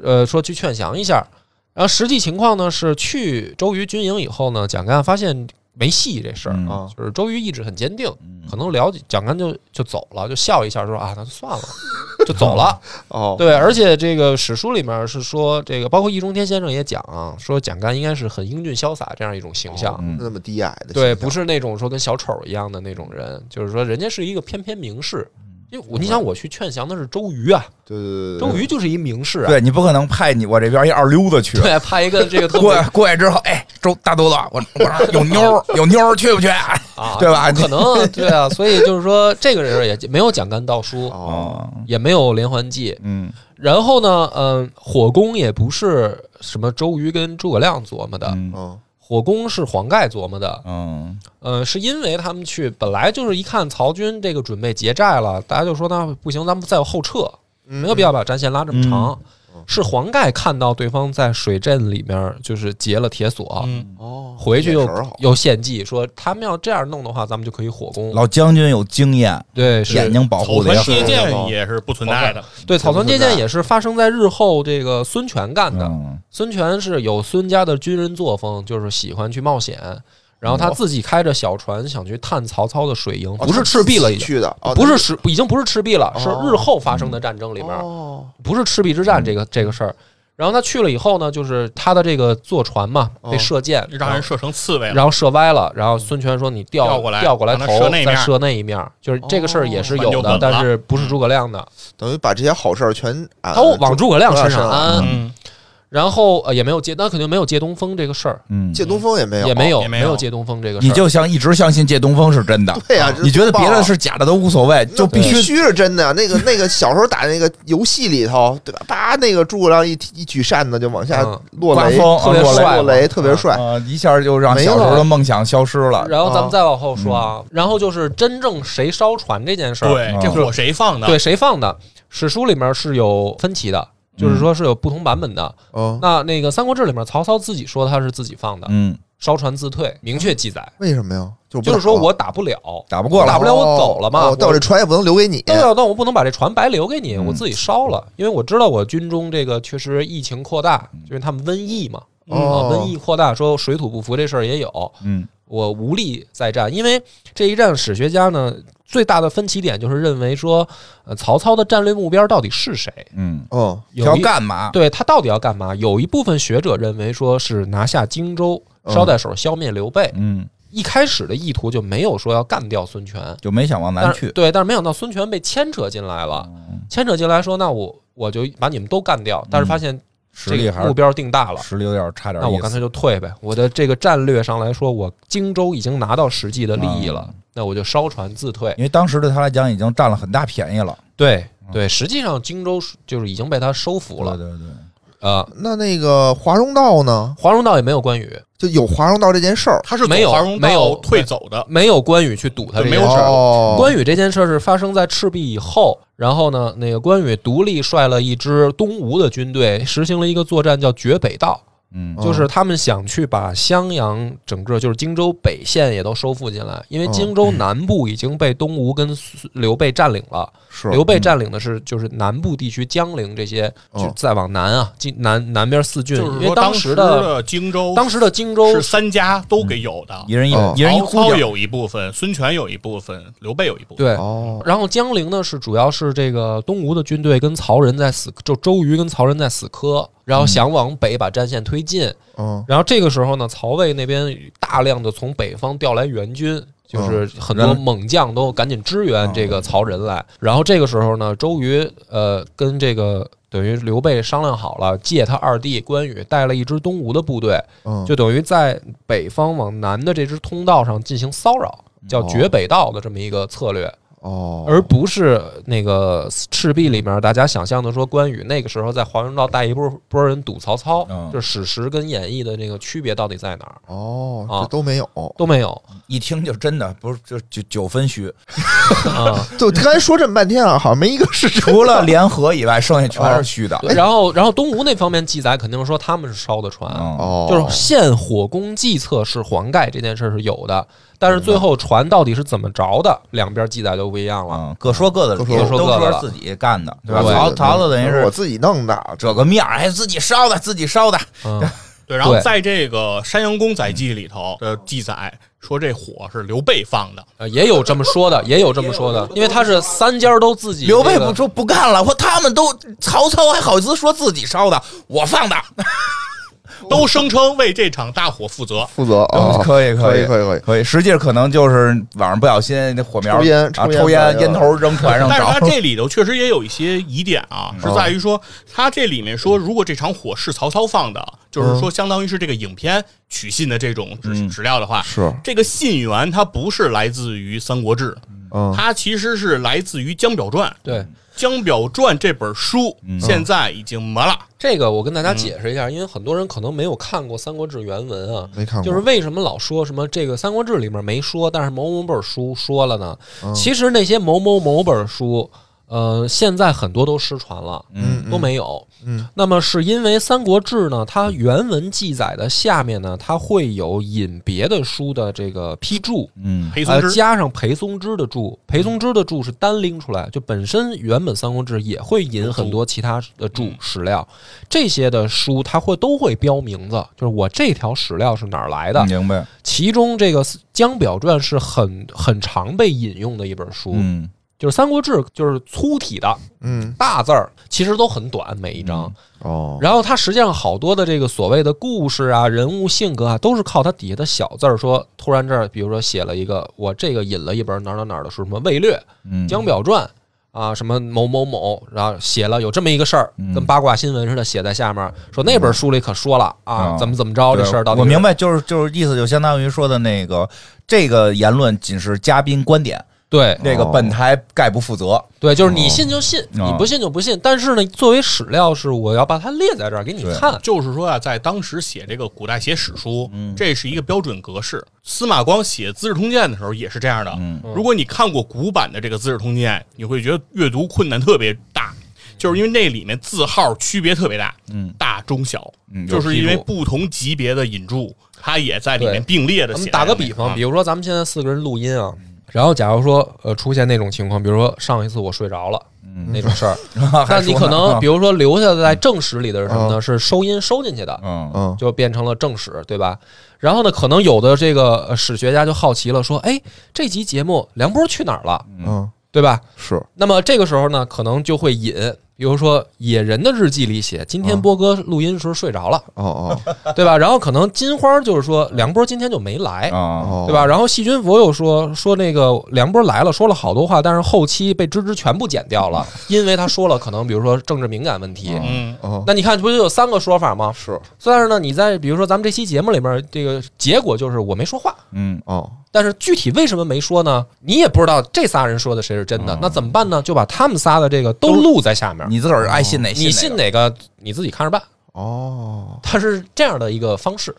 [SPEAKER 2] 呃，说去劝降一下。然后实际情况呢是，去周瑜军营以后呢，蒋干发现没戏这事儿，
[SPEAKER 1] 嗯
[SPEAKER 4] 啊
[SPEAKER 2] 就是周瑜意志很坚定，
[SPEAKER 1] 嗯
[SPEAKER 2] 可能了解蒋干就就走了，就笑一下说啊，那就算了，就走了。
[SPEAKER 4] 哦，
[SPEAKER 2] 对，而且这个史书里面是说，这个包括易中天先生也讲啊，说蒋干应该是很英俊潇洒这样一种形象，
[SPEAKER 1] 嗯
[SPEAKER 4] 那么低矮的，
[SPEAKER 2] 对，不，是那种说跟小丑一样的那种人，就是说人家是一个翩翩名士。因为我你想我去劝降的是周瑜啊，
[SPEAKER 4] 对对对对，
[SPEAKER 2] 周瑜就是一名士啊，
[SPEAKER 1] 对你不可能派你我这边一二溜子去，
[SPEAKER 2] 对，派一个这个特
[SPEAKER 1] 过
[SPEAKER 2] 别
[SPEAKER 1] 来过去之后，哎，周大肚子，我我说有妞儿有妞儿去不去？
[SPEAKER 2] 啊，
[SPEAKER 1] 对吧
[SPEAKER 2] 不可能，对啊，所以就是说这个人也没有蒋干盗书，
[SPEAKER 4] 哦，
[SPEAKER 1] 哦，
[SPEAKER 2] 也没有连环计，
[SPEAKER 1] 嗯
[SPEAKER 2] 然后呢，嗯，火攻也不是什么周瑜跟诸葛亮琢磨的，
[SPEAKER 1] 嗯
[SPEAKER 4] 嗯
[SPEAKER 2] 火攻是黄盖琢磨的，
[SPEAKER 1] 嗯
[SPEAKER 2] 呃，是因为他们去本来就是一看曹军这个准备结寨了，大家就说那不行，咱们再后撤，
[SPEAKER 4] 嗯，
[SPEAKER 2] 没有必要把战线拉这么长。
[SPEAKER 4] 嗯
[SPEAKER 2] 是黄盖看到对方在水阵里面就是结了铁锁，
[SPEAKER 3] 嗯，
[SPEAKER 4] 哦，
[SPEAKER 2] 回去又
[SPEAKER 4] 眼神儿好
[SPEAKER 2] 又献计，说他们要这样弄的话，咱们就可以火攻。
[SPEAKER 1] 老将军有经验，
[SPEAKER 2] 对，是
[SPEAKER 1] 眼睛保
[SPEAKER 3] 草
[SPEAKER 1] 护的
[SPEAKER 3] 船
[SPEAKER 1] 也
[SPEAKER 3] 借
[SPEAKER 1] 好。
[SPEAKER 3] 箭也是不存在的，
[SPEAKER 2] 对草船借
[SPEAKER 4] 存
[SPEAKER 2] 箭
[SPEAKER 4] 在
[SPEAKER 2] 也是发生在日后这个孙权干的。
[SPEAKER 1] 嗯
[SPEAKER 2] 孙权是有孙家的军人作风，就是喜欢去冒险，然后他自己开着小船想去探曹操的水营，
[SPEAKER 4] 嗯哦
[SPEAKER 2] 不是
[SPEAKER 4] 他
[SPEAKER 2] 赤壁了已
[SPEAKER 4] 自己
[SPEAKER 2] 经。
[SPEAKER 4] 去的，哦
[SPEAKER 2] 不是赤，已经不是赤壁了，
[SPEAKER 4] 哦
[SPEAKER 2] 是日后发生的战争里
[SPEAKER 4] 那
[SPEAKER 2] 面，
[SPEAKER 4] 哦
[SPEAKER 2] 不是赤壁之战这个这个事儿。然后他去了以后呢，就是他的这个坐船嘛
[SPEAKER 4] 哦
[SPEAKER 2] 被射箭，
[SPEAKER 3] 让人射成刺猬了，
[SPEAKER 2] 然后射歪了，然后孙权说你调
[SPEAKER 3] 调过来
[SPEAKER 2] 调过来
[SPEAKER 3] 让他
[SPEAKER 2] 头
[SPEAKER 3] 射那一
[SPEAKER 2] 再
[SPEAKER 3] 面
[SPEAKER 2] 射那一面，就是这个事儿也
[SPEAKER 4] 哦
[SPEAKER 2] 是
[SPEAKER 3] 船
[SPEAKER 2] 有
[SPEAKER 3] 就
[SPEAKER 2] 的，
[SPEAKER 3] 稳
[SPEAKER 2] 但
[SPEAKER 3] 了
[SPEAKER 2] 是不是诸葛亮
[SPEAKER 4] 嗯
[SPEAKER 2] 的，
[SPEAKER 4] 等于把这些好事儿全啊
[SPEAKER 2] 他往诸葛亮身上
[SPEAKER 4] 上
[SPEAKER 2] 安。
[SPEAKER 3] 嗯，
[SPEAKER 2] 然后呃也没有借，那肯定没有借东风这个事儿，
[SPEAKER 1] 嗯，
[SPEAKER 4] 借东风也没有，
[SPEAKER 2] 也没有
[SPEAKER 3] 也没
[SPEAKER 2] 没有
[SPEAKER 3] 有
[SPEAKER 2] 借东风这个事儿。
[SPEAKER 1] 你就像一直相信借东风是真的，
[SPEAKER 4] 对呀，这
[SPEAKER 1] 你觉得别
[SPEAKER 4] 棒
[SPEAKER 1] 的
[SPEAKER 4] 啊
[SPEAKER 1] 是假的都无所谓，
[SPEAKER 4] 那
[SPEAKER 1] 就必
[SPEAKER 4] 必
[SPEAKER 1] 须
[SPEAKER 4] 须是真的呀。啊那个那个小时候打那个游戏里头，对吧？叭，那个诸葛亮一提一举扇子就往下
[SPEAKER 2] 嗯
[SPEAKER 4] 落
[SPEAKER 1] 刮
[SPEAKER 4] 雷，
[SPEAKER 1] 风，
[SPEAKER 2] 特别
[SPEAKER 1] 啊落雷
[SPEAKER 2] 帅
[SPEAKER 4] 落雷
[SPEAKER 2] 嗯
[SPEAKER 4] 特别帅。
[SPEAKER 1] 啊，一下就让
[SPEAKER 4] 没
[SPEAKER 1] 小时候
[SPEAKER 2] 了
[SPEAKER 1] 的梦想消失了。
[SPEAKER 2] 然后咱
[SPEAKER 4] 嗯
[SPEAKER 2] 们再往后说啊，然后就是真正谁烧船这件事儿，啊
[SPEAKER 3] 对，这火谁放的？
[SPEAKER 2] 对，谁放的？史书里面是有分歧的，就是说是有不同版本的。
[SPEAKER 4] 嗯，
[SPEAKER 2] 那那个《三国志》里面，曹操自己说他是自己放的，
[SPEAKER 1] 嗯，
[SPEAKER 2] 烧船自退，明确记载，
[SPEAKER 4] 为什么呀？就
[SPEAKER 2] 就是说我打不了，
[SPEAKER 1] 打不过
[SPEAKER 2] 打
[SPEAKER 1] 了
[SPEAKER 2] 不，了我走了嘛
[SPEAKER 4] 哦哦但我这
[SPEAKER 2] 我
[SPEAKER 4] 船也不能留给你。
[SPEAKER 2] 对啊，那我不能把这船白留给你，
[SPEAKER 1] 嗯
[SPEAKER 2] 我自己烧了，因为我知道我军中这个确实疫情扩大，因为他们瘟疫嘛，啊，
[SPEAKER 4] 哦
[SPEAKER 2] 瘟疫扩大，说水土不服这事儿也有，
[SPEAKER 1] 嗯
[SPEAKER 2] 我无力再战，因为这一战史学家呢最大的分歧点就是认为说，呃，曹操的战略目标到底是谁？
[SPEAKER 1] 嗯，
[SPEAKER 4] 哦
[SPEAKER 2] 有
[SPEAKER 1] 要
[SPEAKER 2] 一
[SPEAKER 1] 干嘛？
[SPEAKER 2] 对他到底要干嘛？有一部分学者认为说是拿下荆州，
[SPEAKER 4] 嗯
[SPEAKER 2] 捎带手消灭刘备。
[SPEAKER 1] 嗯，
[SPEAKER 2] 一开始的意图就没有说要干掉孙权，
[SPEAKER 1] 就没想往南
[SPEAKER 2] 但
[SPEAKER 1] 去嗯
[SPEAKER 2] 是。对，但是没想到孙权被牵扯进来了，牵扯进来说那我我就把你们都干掉，但是发现
[SPEAKER 1] 实
[SPEAKER 2] 这
[SPEAKER 1] 力
[SPEAKER 2] 个
[SPEAKER 1] 还
[SPEAKER 2] 目
[SPEAKER 1] 是
[SPEAKER 2] 标定大了。
[SPEAKER 1] 实力有点差点意思。
[SPEAKER 2] 那我干脆就退呗。我的这个战略上来说，我荆州已经拿到实际的利益
[SPEAKER 1] 嗯
[SPEAKER 2] 了，那我就烧船自退。
[SPEAKER 1] 因为当时对他来讲已经占了很大便宜了。
[SPEAKER 2] 对对，实际上荆州是就是已经被他收服了。
[SPEAKER 1] 对对对，
[SPEAKER 2] 呃，
[SPEAKER 4] 那那个华容道呢？
[SPEAKER 2] 华容道也没有关羽，
[SPEAKER 4] 就有华容道这件事儿，
[SPEAKER 3] 他是
[SPEAKER 2] 没有
[SPEAKER 3] 走华容
[SPEAKER 2] 没有
[SPEAKER 3] 道退走的，
[SPEAKER 2] 没有关羽去堵他这
[SPEAKER 3] 对
[SPEAKER 2] 件
[SPEAKER 3] 没有
[SPEAKER 2] 事儿。
[SPEAKER 4] 哦，
[SPEAKER 2] 关羽这件事儿是发生在赤壁以后，然后呢，那个关羽独立率了一支东吴的军队，实行了一个作战叫绝北道，
[SPEAKER 1] 嗯
[SPEAKER 4] 哦
[SPEAKER 2] 就是他们想去把襄阳整个就是荆州北线也都收复进来，因为荆
[SPEAKER 4] 嗯
[SPEAKER 2] 州南部已经被东吴跟苏刘备占领了，
[SPEAKER 4] 是
[SPEAKER 2] 刘备占领的是就是南部地区江陵这些，
[SPEAKER 4] 嗯
[SPEAKER 2] 就再往南啊，荆南南边四郡，
[SPEAKER 3] 就
[SPEAKER 2] 因
[SPEAKER 3] 是
[SPEAKER 2] 为
[SPEAKER 3] 说
[SPEAKER 2] 当
[SPEAKER 3] 时
[SPEAKER 2] 的
[SPEAKER 3] 的荆州，
[SPEAKER 2] 当时的嗯荆州
[SPEAKER 3] 是三家都给有的
[SPEAKER 1] 一，人一
[SPEAKER 4] 哦
[SPEAKER 1] 一人一
[SPEAKER 3] 曹
[SPEAKER 1] 哭
[SPEAKER 3] 操
[SPEAKER 1] 角，
[SPEAKER 3] 有一部分，孙权有一部分，刘备有一部分，
[SPEAKER 2] 对。
[SPEAKER 4] 哦，
[SPEAKER 2] 然后江陵呢是主要是这个东吴的军队跟曹仁在死，就周瑜跟曹仁在死磕，然后想往北把战线推进。
[SPEAKER 4] 嗯，
[SPEAKER 2] 然后这个时候呢，曹魏那边大量的从北方调来援军，就是很多
[SPEAKER 1] 人
[SPEAKER 2] 猛将都赶紧支
[SPEAKER 1] 哦
[SPEAKER 4] 啊
[SPEAKER 2] 援这个曹仁来。然后这个时候呢，周瑜呃跟这个等于刘备商量好了，借他二弟关羽带了一支东吴的部队，
[SPEAKER 4] 嗯
[SPEAKER 2] 就等于在北方往南的这支通道上进行骚扰，叫
[SPEAKER 4] 哦
[SPEAKER 2] 绝北道的这么一个策略。
[SPEAKER 4] 哦，
[SPEAKER 2] 而不是那个赤壁里面大家想象的说关羽那个时候在华容道带一波波人堵曹操
[SPEAKER 1] 嗯，
[SPEAKER 2] 就是史实跟演义的那个区别到底在哪儿
[SPEAKER 4] 哦，
[SPEAKER 2] 啊
[SPEAKER 4] 这都没有。
[SPEAKER 2] 都 没有
[SPEAKER 1] 一听就真的不是就九九分虚，
[SPEAKER 2] 啊。
[SPEAKER 4] 就刚才说这么半天啊，好像没一个是真的
[SPEAKER 1] 除了联合以外，剩下全是虚的。
[SPEAKER 2] 然后，然后东吴那方面记载肯定说他们是烧的船，
[SPEAKER 1] 嗯，
[SPEAKER 4] 哦，
[SPEAKER 2] 就是献火攻计策是黄盖这件事是有的，但是最后船到底是怎么着的，两边记载就不一样了。
[SPEAKER 1] 嗯，各说各的理，
[SPEAKER 4] 各说
[SPEAKER 1] 都
[SPEAKER 2] 各的
[SPEAKER 1] 说
[SPEAKER 2] 了
[SPEAKER 1] 自己干的，对吧？
[SPEAKER 2] 对
[SPEAKER 1] 曹曹操等于
[SPEAKER 4] 我
[SPEAKER 1] 是
[SPEAKER 4] 自己弄的，
[SPEAKER 1] 这个面儿，还自己烧的，自己烧的。
[SPEAKER 2] 嗯，
[SPEAKER 3] 对，然后
[SPEAKER 2] 对嗯
[SPEAKER 3] 在这个《山阳公载记》里头的记载说，这火是刘备放的，
[SPEAKER 2] 呃也有这么说 的，也有这么说的，因为他是三家都自己
[SPEAKER 1] 刘备
[SPEAKER 2] 这个
[SPEAKER 1] 不说不干了，我他们都曹操还好意思说自己烧的，我放的。
[SPEAKER 3] 都声称为这场大火负责。
[SPEAKER 4] 负责 哦，
[SPEAKER 1] 可以
[SPEAKER 4] 可
[SPEAKER 1] 以
[SPEAKER 4] 可以可以。
[SPEAKER 1] 可以，实际可能就是晚上不小心那火苗
[SPEAKER 4] 抽烟
[SPEAKER 1] 啊
[SPEAKER 4] 抽烟
[SPEAKER 1] 抽
[SPEAKER 4] 来
[SPEAKER 1] 烟
[SPEAKER 4] 了
[SPEAKER 1] 烟头扔船上嗯
[SPEAKER 3] 但是
[SPEAKER 1] 着
[SPEAKER 3] 它这里头确实也有一些疑点啊，是在于说，它这里面说，如果这场火是曹操放的，就是说相当于是这个影片取信的这种
[SPEAKER 1] 嗯
[SPEAKER 3] 史史料的话，
[SPEAKER 4] 是
[SPEAKER 3] 这个信源它不是来自于《三国志》，
[SPEAKER 4] 嗯，
[SPEAKER 3] 它其实是来自于《江表传》。
[SPEAKER 2] 对。
[SPEAKER 3] 《江表传》这本书
[SPEAKER 1] 嗯
[SPEAKER 3] 现在已经没了，
[SPEAKER 2] 这个我跟大家解释一下，因为很多人可能没有看过《三国志》原文啊，
[SPEAKER 1] 嗯
[SPEAKER 4] 没看过
[SPEAKER 2] 就是为什么老说什么这个《三国志》里面没说，但是某某本书说了呢？
[SPEAKER 4] 嗯
[SPEAKER 2] 其实那些某某某本书，呃，现在很多都失传了，
[SPEAKER 1] 嗯，
[SPEAKER 2] 都没有。
[SPEAKER 4] 嗯，
[SPEAKER 2] 那么是因为《三国志》呢，它原文记载的下面呢，它会有引别的书的这个批注，
[SPEAKER 1] 嗯
[SPEAKER 3] 裴松
[SPEAKER 2] 呃，
[SPEAKER 3] 之。
[SPEAKER 2] 加上裴松之的注，裴松之的注是单拎出来，就本身原本《三国志》也会引很多其他的注
[SPEAKER 3] 嗯
[SPEAKER 2] 史料，这些的书它会都会标名字，就是我这条史料是哪儿来
[SPEAKER 3] 嗯
[SPEAKER 2] 的。
[SPEAKER 1] 嗯明白，
[SPEAKER 2] 其中这个《江表传》是很很常被引用的一本书，
[SPEAKER 1] 嗯
[SPEAKER 2] 就是《三国志》就是粗体的
[SPEAKER 4] 嗯
[SPEAKER 2] 大字儿，其实都很短每一
[SPEAKER 3] 嗯
[SPEAKER 2] 章。
[SPEAKER 4] 哦，
[SPEAKER 2] 然后它实际上好多的这个所谓的故事啊、人物性格啊，都是靠它底下的小字儿说，突然这儿比如说写了一个，我这个引了一本哪儿哪儿哪儿的书，什么《魏略》
[SPEAKER 1] 嗯
[SPEAKER 2] 《江表传》啊，什么某某某，然后写了有这么一个事儿
[SPEAKER 1] 嗯，
[SPEAKER 2] 跟八卦新闻似的写在下面，说那本书里可说了
[SPEAKER 1] 啊
[SPEAKER 2] 啊，怎么怎么着这
[SPEAKER 1] 哦对
[SPEAKER 2] 事儿到底
[SPEAKER 1] 我
[SPEAKER 2] 是
[SPEAKER 1] 明白，就是就是意思就相当于说的那个，这个言论仅是嘉宾观点，
[SPEAKER 2] 对
[SPEAKER 1] 那
[SPEAKER 4] 哦
[SPEAKER 1] 个本台概不负责。
[SPEAKER 2] 对，就是你信就信，
[SPEAKER 1] 哦
[SPEAKER 2] 你不信就不信。但是呢，作为史料是我要把它列在这儿给你
[SPEAKER 1] 对
[SPEAKER 2] 看，
[SPEAKER 3] 就是说啊，在当时写这个古代写史书，
[SPEAKER 1] 嗯
[SPEAKER 3] 这是一个标准格式。司马光写《资治通鉴》的时候也是这样的。
[SPEAKER 1] 嗯
[SPEAKER 3] 如果你看过古版的这个《资治通鉴》，你会觉得阅读困难特别大，就是因为那里面字号区别特别大，
[SPEAKER 1] 嗯
[SPEAKER 3] 大中小，
[SPEAKER 1] 嗯有
[SPEAKER 3] 就是因为
[SPEAKER 1] 批注
[SPEAKER 3] 不同级别的引注，它也在里面并列的
[SPEAKER 2] 咱
[SPEAKER 3] 写
[SPEAKER 2] 们
[SPEAKER 3] 在
[SPEAKER 2] 打个
[SPEAKER 3] 里面
[SPEAKER 2] 比方，
[SPEAKER 3] 啊
[SPEAKER 2] 比如说咱们现在四个人录音啊，然后假如说呃出现那种情况，比如说上一次我睡着了。那种事儿，但你可能 比
[SPEAKER 1] 如
[SPEAKER 2] 如说留下在正史里的是什么呢？是收音收进去的，
[SPEAKER 1] 嗯
[SPEAKER 4] 嗯
[SPEAKER 2] 就变成了正史，对吧？然后呢，可能有的这个呃史学家就好奇了，说：“哎，这集节目梁波去哪儿了？
[SPEAKER 4] 嗯
[SPEAKER 2] 对吧？”
[SPEAKER 4] 是
[SPEAKER 2] 那么这个时候呢，可能就会引，比如说《野人的日记》里写，今天波哥录音时候睡着了，
[SPEAKER 4] 哦哦
[SPEAKER 2] 对吧？然后可能金花就是说梁波今天就没来，
[SPEAKER 1] 啊
[SPEAKER 4] 哦，
[SPEAKER 2] 对吧？？然后细菌佛又说说那个梁波来了，说了好多话，但是后期被芝芝全部剪掉 了，因为他说了可能比如说政治敏感问题。
[SPEAKER 3] 嗯，
[SPEAKER 4] 哦，
[SPEAKER 2] 那你看，不就有三个说法吗？
[SPEAKER 4] 是
[SPEAKER 2] 但是呢，你在比如说咱们这期节目里面，这个结果就是我没说话，
[SPEAKER 1] 嗯
[SPEAKER 4] 哦，
[SPEAKER 2] 但是具体为什么没说呢？你也不知道这仨人说的谁是
[SPEAKER 4] 哦
[SPEAKER 2] 真的，那怎么办呢？就把他们仨的这个都录在下面，
[SPEAKER 1] 你自个儿爱信哪
[SPEAKER 2] 你信
[SPEAKER 1] 哪
[SPEAKER 2] 哪个你自己看着办。
[SPEAKER 4] 哦，
[SPEAKER 2] 它是这样的一个方式，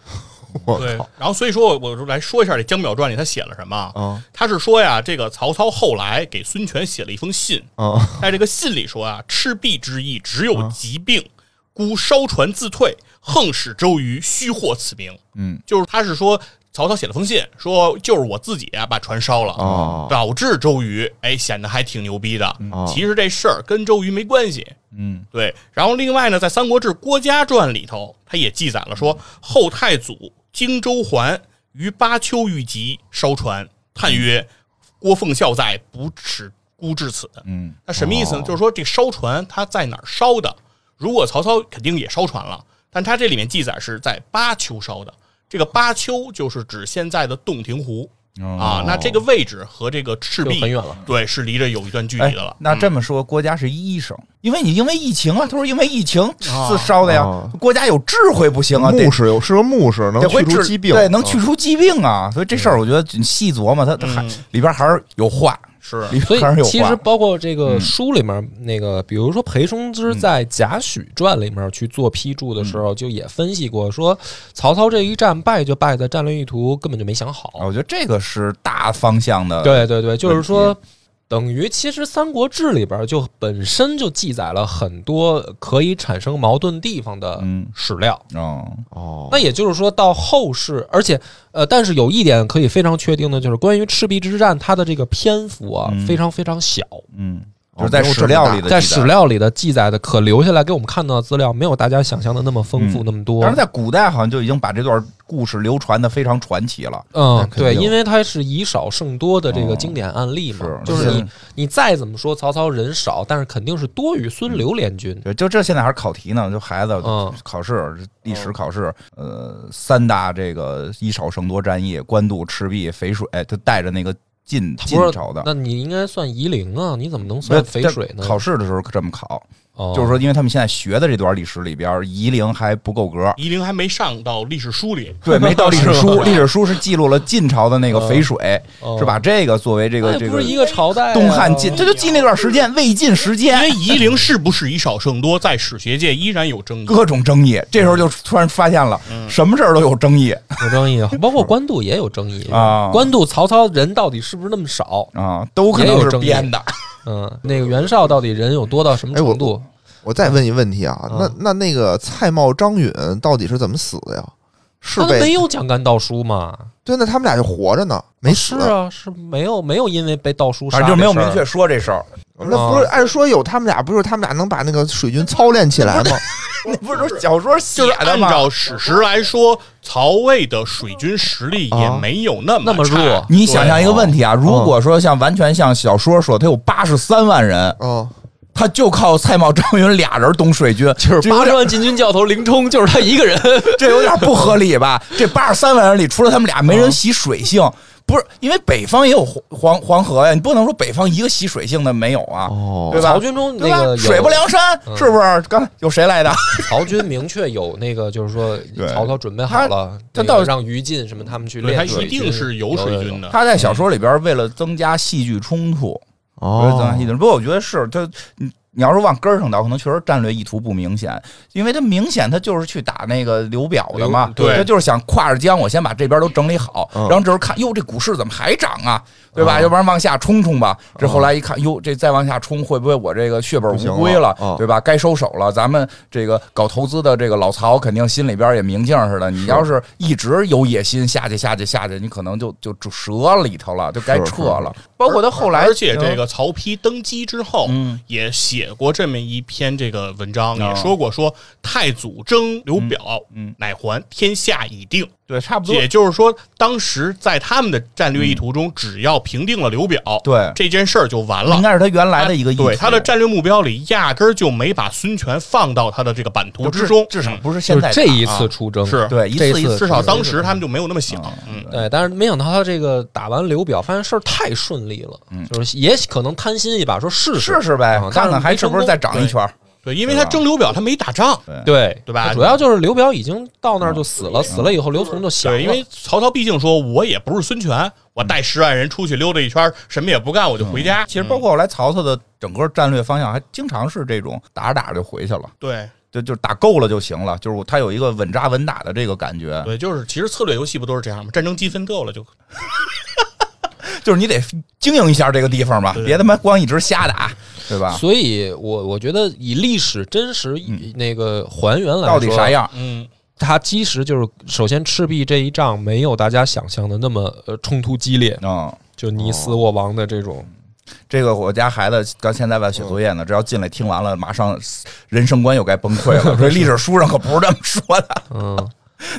[SPEAKER 3] 对。然后所以说，我就来说一下这《江表传》里他写了什么啊。
[SPEAKER 4] 啊
[SPEAKER 3] 他是说呀，这个曹操后来给孙权写了一封信，
[SPEAKER 4] 啊，
[SPEAKER 3] 在这个信里说啊，赤壁之役只
[SPEAKER 4] 嗯
[SPEAKER 3] 有疾病，孤烧船自退，横使周瑜虚获此名。
[SPEAKER 1] 嗯，
[SPEAKER 3] 就是他是说曹操写了封信，说就是我自己啊把船烧了，
[SPEAKER 4] 哦
[SPEAKER 3] 导致周瑜哎显得还挺牛逼的。
[SPEAKER 4] 哦
[SPEAKER 3] 嗯其实这事儿跟周瑜没关系。
[SPEAKER 1] 嗯
[SPEAKER 3] 对，然后另外呢，在《三国志·郭嘉传》里头，他也记载了说，后太祖荆州还于巴丘遇疾，烧船，叹曰：“郭奉孝在，不耻孤至此。”
[SPEAKER 1] 嗯
[SPEAKER 3] 那什么意思呢？就是说这烧船它在哪儿烧的？如果曹操肯定也烧船了，但他这里面记载是在巴丘烧的。这个巴丘就是指现在的洞庭湖
[SPEAKER 1] 嗯
[SPEAKER 3] 啊，那这个位置和这个赤壁
[SPEAKER 2] 就很远了，
[SPEAKER 3] 对，是离着有一段距
[SPEAKER 1] 哎
[SPEAKER 3] 离的
[SPEAKER 2] 嗯
[SPEAKER 3] 了。
[SPEAKER 1] 那这么说，郭嘉是医生，因为你因为疫情啊，他说因为疫情
[SPEAKER 2] 啊
[SPEAKER 1] 是烧的呀
[SPEAKER 4] 哦。
[SPEAKER 1] 郭嘉有智慧不行啊，得
[SPEAKER 4] 牧师有是个牧师，能
[SPEAKER 1] 得
[SPEAKER 4] 去
[SPEAKER 1] 会
[SPEAKER 4] 除
[SPEAKER 1] 治
[SPEAKER 4] 疾病，哦
[SPEAKER 1] 对，能去除疾病啊。所以这事儿我觉得你细琢磨，他他还里边还是有话，
[SPEAKER 3] 是
[SPEAKER 1] 里边
[SPEAKER 2] 嗯 所以
[SPEAKER 1] 还是有
[SPEAKER 2] 其实
[SPEAKER 1] 话。嗯
[SPEAKER 2] 包括这个书里面、那个，比如说裴松之在《贾诩传》里面去做批注的时
[SPEAKER 1] 嗯
[SPEAKER 2] 候，就也分析过说，曹操这一战败就败在战略意图根本就没想好。
[SPEAKER 1] 啊我觉得这个是大方向的，，
[SPEAKER 2] 对对对，就是
[SPEAKER 1] 呃问
[SPEAKER 2] 说。等于其实《三国志》里边就本身就记载了很多可以产生矛盾地方的
[SPEAKER 1] 嗯
[SPEAKER 2] 史料，
[SPEAKER 1] 哦，
[SPEAKER 4] 哦
[SPEAKER 2] 那也就是说，到后世，而且呃，但是有一点可以非常确定的就是，关于赤壁之战，它的这个篇幅啊，
[SPEAKER 1] 嗯
[SPEAKER 2] 非常非常小，
[SPEAKER 1] 嗯，
[SPEAKER 4] 哦
[SPEAKER 1] 就是在史料里的，
[SPEAKER 2] 在史。料里的记载的可留下来给我们看到的资料，没有大家想象的那么丰富、
[SPEAKER 1] 嗯
[SPEAKER 2] 那么多
[SPEAKER 1] 但。是在古代好像就已经把这段故事流传的非常传奇了，
[SPEAKER 2] 嗯，
[SPEAKER 1] 肯定
[SPEAKER 2] 对，因为它是以少胜多的这
[SPEAKER 1] 哦
[SPEAKER 2] 个经典案例嘛，
[SPEAKER 1] 是
[SPEAKER 2] 就是你
[SPEAKER 1] 是
[SPEAKER 2] 你再怎么说曹操人少，但是肯定是多于孙刘联军。
[SPEAKER 1] 对，就这现在还是考题呢，就孩子
[SPEAKER 2] 嗯
[SPEAKER 1] 考试、历史考试，呃，三大这个以少胜多战役，官渡、赤壁、淝水，他带着那个晋
[SPEAKER 2] 他
[SPEAKER 1] 晋
[SPEAKER 2] 不是
[SPEAKER 1] 朝的，
[SPEAKER 2] 那你应该算夷陵啊，你怎么能
[SPEAKER 1] 没
[SPEAKER 2] 算
[SPEAKER 1] 有
[SPEAKER 2] 淝水呢？
[SPEAKER 1] 考试的时候这么考，
[SPEAKER 2] 哦
[SPEAKER 1] 就是说，因为他们现在学的这段历史里边，夷陵还不够 格，
[SPEAKER 3] 夷陵还没上到历史书里，
[SPEAKER 1] 对，没到历史
[SPEAKER 3] 是
[SPEAKER 1] 书，
[SPEAKER 3] 吧
[SPEAKER 1] 历史书是记录了晋朝的那个淝水，
[SPEAKER 2] 哦
[SPEAKER 1] 是把这个作为这
[SPEAKER 2] 那
[SPEAKER 1] 个
[SPEAKER 2] 也
[SPEAKER 1] 这
[SPEAKER 2] 哎不
[SPEAKER 1] 个
[SPEAKER 2] 是一个朝代啊、
[SPEAKER 1] 东汉晋，这就记那段时间，魏晋时
[SPEAKER 3] 因
[SPEAKER 1] 间
[SPEAKER 3] 为夷陵是不是以少胜多，在史学界依然有争议。
[SPEAKER 1] 各种争议。这时候就突然发现了，
[SPEAKER 2] 嗯
[SPEAKER 1] 什么事儿都有争议
[SPEAKER 2] 有争议，啊包括官渡也有争议
[SPEAKER 1] 啊
[SPEAKER 2] 官渡曹操人到底是不是那么少？
[SPEAKER 1] 啊，都可
[SPEAKER 2] 也
[SPEAKER 1] 能
[SPEAKER 2] 有
[SPEAKER 1] 是
[SPEAKER 2] 争议
[SPEAKER 1] 编的。
[SPEAKER 2] 嗯，那个袁绍到底人有多到什么程度？
[SPEAKER 4] 我再问一问题啊，
[SPEAKER 2] 嗯
[SPEAKER 4] 那那那个蔡瑁、张允到底是怎么死的呀？是
[SPEAKER 2] 他们没
[SPEAKER 4] 被
[SPEAKER 2] 有讲干盗书嘛？
[SPEAKER 4] 对，那他们俩就活着呢，没死
[SPEAKER 2] 是。啊，是没有没有因为被盗书杀
[SPEAKER 1] 反
[SPEAKER 2] 这
[SPEAKER 1] 正
[SPEAKER 2] 事儿，
[SPEAKER 1] 就没有明确说这 事儿，
[SPEAKER 4] 那不是按说有他们俩，不是他们俩能把那个水军操练起来吗？
[SPEAKER 1] 那不是都是小说写
[SPEAKER 3] 就是
[SPEAKER 1] 的
[SPEAKER 3] 按
[SPEAKER 1] 吗？
[SPEAKER 3] 照史实来说，曹魏的水军实力也没有哦那
[SPEAKER 2] 那么
[SPEAKER 3] 差
[SPEAKER 2] 弱。
[SPEAKER 1] 你想象一个问题啊，如果说像完全像小说说，他有八十三万人，
[SPEAKER 4] 嗯，
[SPEAKER 1] 他就靠蔡瑁、张允俩人东水军，
[SPEAKER 2] 就是
[SPEAKER 1] 这
[SPEAKER 2] 八
[SPEAKER 1] 有
[SPEAKER 2] 十
[SPEAKER 1] 点
[SPEAKER 2] 万禁军教头林冲，就是他一个人。
[SPEAKER 1] 这有点不合理吧？这八十三万人里，除了他们俩，没人习水性。不是因为北方也有黄黄黄河呀，你不能说北方一个习水性的没有啊，
[SPEAKER 4] 哦
[SPEAKER 1] 对吧
[SPEAKER 2] 曹？军中
[SPEAKER 1] 对
[SPEAKER 2] 那
[SPEAKER 1] 吧？
[SPEAKER 2] 个有嗯
[SPEAKER 1] 水泊梁山是不是？刚才有谁来的？
[SPEAKER 2] 曹军明确有那个，就是说
[SPEAKER 1] 对
[SPEAKER 2] 曹操准备好了，
[SPEAKER 1] 他
[SPEAKER 2] 那个
[SPEAKER 1] 到
[SPEAKER 2] 让于禁什么他们去
[SPEAKER 3] 对，
[SPEAKER 2] 练
[SPEAKER 3] 他
[SPEAKER 2] 水
[SPEAKER 3] 一
[SPEAKER 2] 军，
[SPEAKER 3] 定是有水军
[SPEAKER 2] 的。
[SPEAKER 3] 的。
[SPEAKER 1] 他在小说里边为了增加戏剧冲突，我觉得增加
[SPEAKER 4] 哦
[SPEAKER 1] 戏，剧。不过我觉得是他，你你要是往根儿上倒，可能确实战略意图不明显，因为他明显他就是去打那个刘表的嘛，
[SPEAKER 3] 刘对
[SPEAKER 1] 他就是想跨着江，我先把这边都整理好，
[SPEAKER 4] 嗯
[SPEAKER 1] 然后这时候看，哟，这股市怎么还涨啊？对吧？
[SPEAKER 4] 嗯
[SPEAKER 1] 要不然往下冲冲吧。这后来一看，哟，这再往下冲，会不会我这个血本
[SPEAKER 4] 不行
[SPEAKER 1] 无归
[SPEAKER 4] 了
[SPEAKER 1] 了
[SPEAKER 4] 嗯，
[SPEAKER 1] 对吧？该收手了。咱们这个搞投资的这个老曹，肯定心里边也明镜似的。你要是一直有野心，下去下去下去，你可能就就就折里头了，就该
[SPEAKER 4] 是
[SPEAKER 1] 撤了。包括他后来，
[SPEAKER 3] 而且这个曹丕登基之后，
[SPEAKER 1] 嗯
[SPEAKER 3] 也写过这么一篇这个文章，
[SPEAKER 1] 哦
[SPEAKER 3] 也说过说太祖征刘表，
[SPEAKER 1] 嗯
[SPEAKER 3] 乃还天下已定。
[SPEAKER 1] 对，差不多。
[SPEAKER 3] 也就是说，当时在他们的战略意图中，只要平定了刘表，
[SPEAKER 1] 嗯对
[SPEAKER 3] 这件事儿就完
[SPEAKER 1] 应
[SPEAKER 3] 了。
[SPEAKER 1] 该是他原来的一个意图
[SPEAKER 3] 对他的战略目标里，压根儿就没把孙权放到他的这个版图
[SPEAKER 1] 就
[SPEAKER 3] 之中，
[SPEAKER 1] 至少
[SPEAKER 3] 嗯
[SPEAKER 1] 不是
[SPEAKER 2] 就
[SPEAKER 1] 现
[SPEAKER 2] 是
[SPEAKER 1] 在
[SPEAKER 2] 这一
[SPEAKER 1] 打啊
[SPEAKER 2] 次出征，
[SPEAKER 3] 是
[SPEAKER 1] 对一
[SPEAKER 2] 这
[SPEAKER 1] 次一次
[SPEAKER 2] 次
[SPEAKER 3] 至少当时他们就没有那么想。嗯，
[SPEAKER 2] 啊对，但是没想到他这个打完刘表，发现事儿太顺利了，就是也可能贪心一把，说试
[SPEAKER 1] 嗯试试呗
[SPEAKER 2] 啊，
[SPEAKER 1] 看看
[SPEAKER 2] 但是
[SPEAKER 1] 还
[SPEAKER 2] 没
[SPEAKER 1] 嗯是
[SPEAKER 2] 成
[SPEAKER 1] 不是
[SPEAKER 2] 功
[SPEAKER 1] 再长一圈儿。
[SPEAKER 3] 对，因为他征刘表，他没打仗。
[SPEAKER 2] 对
[SPEAKER 3] 对吧
[SPEAKER 2] 他主要就是刘表已经到那儿就死
[SPEAKER 1] 嗯
[SPEAKER 2] 了，死了以后刘琮就降了，
[SPEAKER 3] 对，因为曹操毕竟说，我也不是孙权，我带十万人出去溜达一圈儿，什么也不干，我就回家。
[SPEAKER 1] 其实包括
[SPEAKER 2] 嗯
[SPEAKER 1] 后来曹操的整个战略方向，还经常是这种打着打着就回去了。
[SPEAKER 3] 对
[SPEAKER 1] 就就打够了就行了，就是我他有一个稳扎稳打的这个感觉，
[SPEAKER 3] 对，就是其实策略游戏不都是这样吗？战争积分够了就
[SPEAKER 1] 就是你得经营一下这个地方吧，
[SPEAKER 3] 对
[SPEAKER 1] 别他妈光一直瞎打，对吧？嗯
[SPEAKER 2] 所以我我觉得以历史真实以那个还原来说，
[SPEAKER 1] 到底啥？样？
[SPEAKER 3] 嗯，
[SPEAKER 2] 它其实就是首先赤壁这一仗没有大家想象的那么呃冲突激烈，
[SPEAKER 1] 嗯，
[SPEAKER 2] 就你死我亡的这种。
[SPEAKER 1] 这个我家孩子刚现在在写作业呢，只要进来听完了，马上人生观又该崩溃了。说历史书上可不是这么说的，
[SPEAKER 2] 嗯，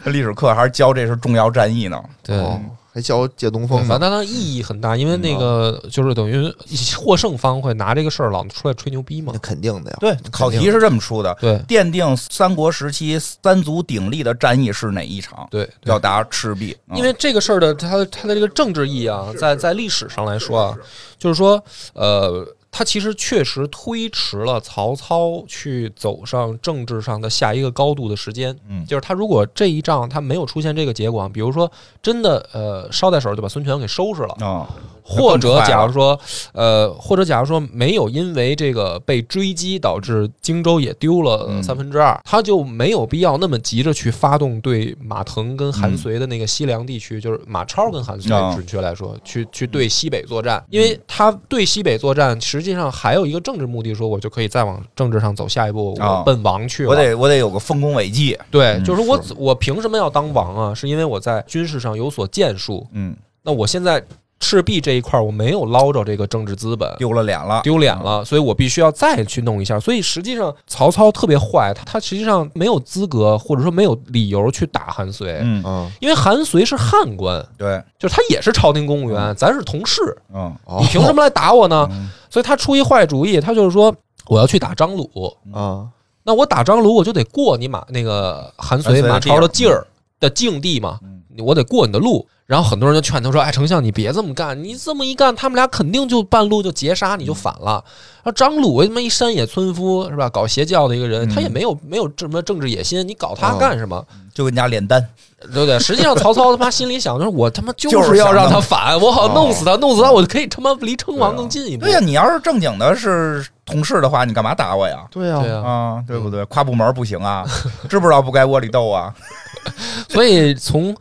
[SPEAKER 1] 历史课还是教这是重要战役呢。
[SPEAKER 2] 对。
[SPEAKER 4] 哦，还教借东
[SPEAKER 2] 对
[SPEAKER 4] 风
[SPEAKER 2] 反
[SPEAKER 4] 呢。
[SPEAKER 2] 正它意义很大，因为那个就是等于 获胜方会拿这个事儿老出来吹牛逼嘛
[SPEAKER 4] 那。肯定的呀，
[SPEAKER 1] 对，考题是这么出的，
[SPEAKER 2] 对
[SPEAKER 1] 奠定三国时期三足鼎立的战役是哪一场？
[SPEAKER 2] 对，对
[SPEAKER 1] 要答赤壁，嗯
[SPEAKER 2] 因为这个事儿的它它的这个政治意义啊，在在历史上来说啊，就是说呃，他其实确实推迟了曹操去走上政治上的下一个高度的时间。
[SPEAKER 1] 嗯
[SPEAKER 2] 就是他如果这一仗他没有出现这个结果，啊比如说真的呃捎带手就把孙权给收拾了，
[SPEAKER 1] 啊，
[SPEAKER 2] 或
[SPEAKER 1] 更
[SPEAKER 2] 者
[SPEAKER 1] 快了
[SPEAKER 2] 假如说呃，或者假如说没有因为这个被追击导致荆州也丢了
[SPEAKER 1] 嗯
[SPEAKER 2] 三分之二，他就没有必要那么急着去发动对马腾跟韩
[SPEAKER 1] 嗯
[SPEAKER 2] 遂的那个西凉地区，就是马超跟韩遂
[SPEAKER 1] 啊嗯
[SPEAKER 2] 准确来说，去去对西北作战，因为他对西北作战实际上还有一个政治目的，说我就可以再往政治上走下一步，
[SPEAKER 1] 啊
[SPEAKER 2] 我奔王去了。
[SPEAKER 1] 我得我得有个丰功伟绩，
[SPEAKER 2] 对，
[SPEAKER 1] 嗯
[SPEAKER 2] 就是我
[SPEAKER 1] 是
[SPEAKER 2] 我凭什么要当王啊？是因为我在军事上有所建树，
[SPEAKER 1] 嗯，
[SPEAKER 2] 那我现在赤壁这一块儿我没有捞着这个政治资本，
[SPEAKER 1] 丢了脸了，
[SPEAKER 2] 丢脸了，所以我必须要再去弄一下。所以实际上曹操特别坏，他他实际上没有资格或者说没有理由去打韩遂，
[SPEAKER 1] 嗯，
[SPEAKER 4] 嗯，
[SPEAKER 2] 因为韩遂是汉官，
[SPEAKER 1] 对，
[SPEAKER 2] 就是他也是朝廷公务员，咱是同事，
[SPEAKER 1] 嗯
[SPEAKER 4] 哦
[SPEAKER 2] 你凭什么来打我呢？
[SPEAKER 1] 嗯
[SPEAKER 2] 所以他出一坏主意，他就是说我要去打张鲁，
[SPEAKER 4] 啊？
[SPEAKER 2] 那我打张鲁我就得过你马那个韩
[SPEAKER 1] 韩
[SPEAKER 2] 遂
[SPEAKER 1] 遂的
[SPEAKER 2] 马
[SPEAKER 1] 地儿
[SPEAKER 2] 超的劲儿的境地嘛，
[SPEAKER 1] 嗯
[SPEAKER 2] 我得过你的路。然后很多人就劝他说：“哎，丞相，你别这么干，你这么一干，他们俩肯定就半路就截杀，
[SPEAKER 1] 嗯
[SPEAKER 2] 你就反了。”然后张鲁他妈一山野村夫是吧？搞邪教的一个人，
[SPEAKER 1] 嗯哦
[SPEAKER 2] 他也没有没有什么政治野心，你搞他干什么？
[SPEAKER 1] 就跟人家脸单，
[SPEAKER 2] 对不对？实际上，曹操他妈心里想的是：我他妈就
[SPEAKER 1] 就是
[SPEAKER 2] 是要
[SPEAKER 1] 想
[SPEAKER 2] 让
[SPEAKER 1] 弄
[SPEAKER 2] 他反，我好
[SPEAKER 1] 哦
[SPEAKER 2] 弄死他，弄死他，我可以他妈离称王更近一步。
[SPEAKER 1] 对呀，你要是正经的是同事的话，你干嘛打我呀？
[SPEAKER 4] 对啊
[SPEAKER 2] 对啊，
[SPEAKER 1] 啊，对不对？跨部门不行啊，知不知道不该窝里斗啊？
[SPEAKER 2] 所以从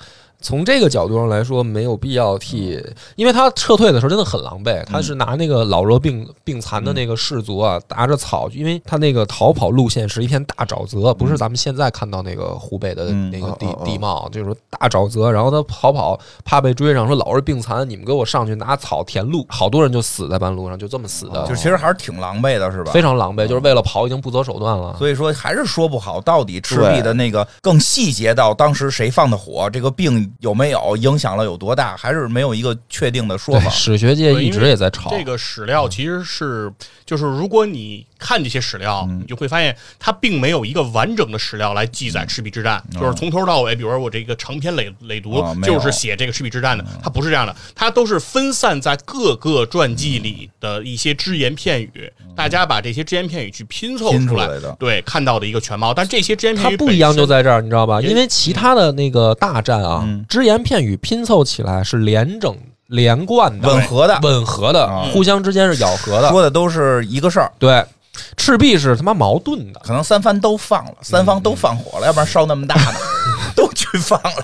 [SPEAKER 2] 从这个角度上来说，没有必要替，
[SPEAKER 1] 嗯
[SPEAKER 2] 因为他撤退的时候真的很狼狈，他是拿那个老弱病病残的那个士卒
[SPEAKER 1] 嗯
[SPEAKER 2] 啊，拿着草，因为他那个逃跑路线是一片大沼泽，不是咱们现在看到那个湖北的
[SPEAKER 1] 嗯
[SPEAKER 2] 那个
[SPEAKER 4] 哦
[SPEAKER 2] 地
[SPEAKER 4] 哦哦
[SPEAKER 2] 地貌，就是大沼泽。然后他逃跑，怕被追上，说老弱病残，你们给我上去拿草填路，好多人就死在半路上，就这么死的，
[SPEAKER 1] 哦就其实还是挺狼狈的，是吧？
[SPEAKER 2] 哦非常狼狈，就是为了跑已经不择手段了。
[SPEAKER 1] 所以说还是说不好到底赤壁的那个更细节到当时谁放的火，这个病有没有影响了有多大，还是没有一个确定的说
[SPEAKER 2] 对，
[SPEAKER 1] 法。
[SPEAKER 2] 史学界
[SPEAKER 3] 对
[SPEAKER 2] 一
[SPEAKER 3] 因为
[SPEAKER 2] 直也在吵
[SPEAKER 3] 这个史料其实是，就是如果你看这些史料，你就会发现它并没有一个完整的史料来记载赤壁之战，就是从头到尾，比如说我这个长篇累累读
[SPEAKER 1] 啊，没有
[SPEAKER 3] 就是写这个赤壁之战的，它不是这样的，它都是分散在各个传记里的一些只言片语，大家把这些只言片语去拼凑
[SPEAKER 1] 拼
[SPEAKER 3] 出
[SPEAKER 1] 出来的
[SPEAKER 3] 对，看到的一个全貌。但这些只言
[SPEAKER 2] 它
[SPEAKER 3] 片语
[SPEAKER 2] 不一样
[SPEAKER 3] 本身
[SPEAKER 2] 就在这儿，你知道吧？
[SPEAKER 3] 也
[SPEAKER 2] 因为其他的那个大战啊，只言片语拼凑起来是连整、连贯的、
[SPEAKER 1] 吻合的
[SPEAKER 2] 吻合的，
[SPEAKER 1] 啊嗯
[SPEAKER 2] 互相之间是咬合的。
[SPEAKER 1] 说的都是一个事儿，
[SPEAKER 2] 对，赤壁是他妈矛盾的。
[SPEAKER 1] 可能三番都放了，三方都放火了，要不然烧那么大呢，都去放了。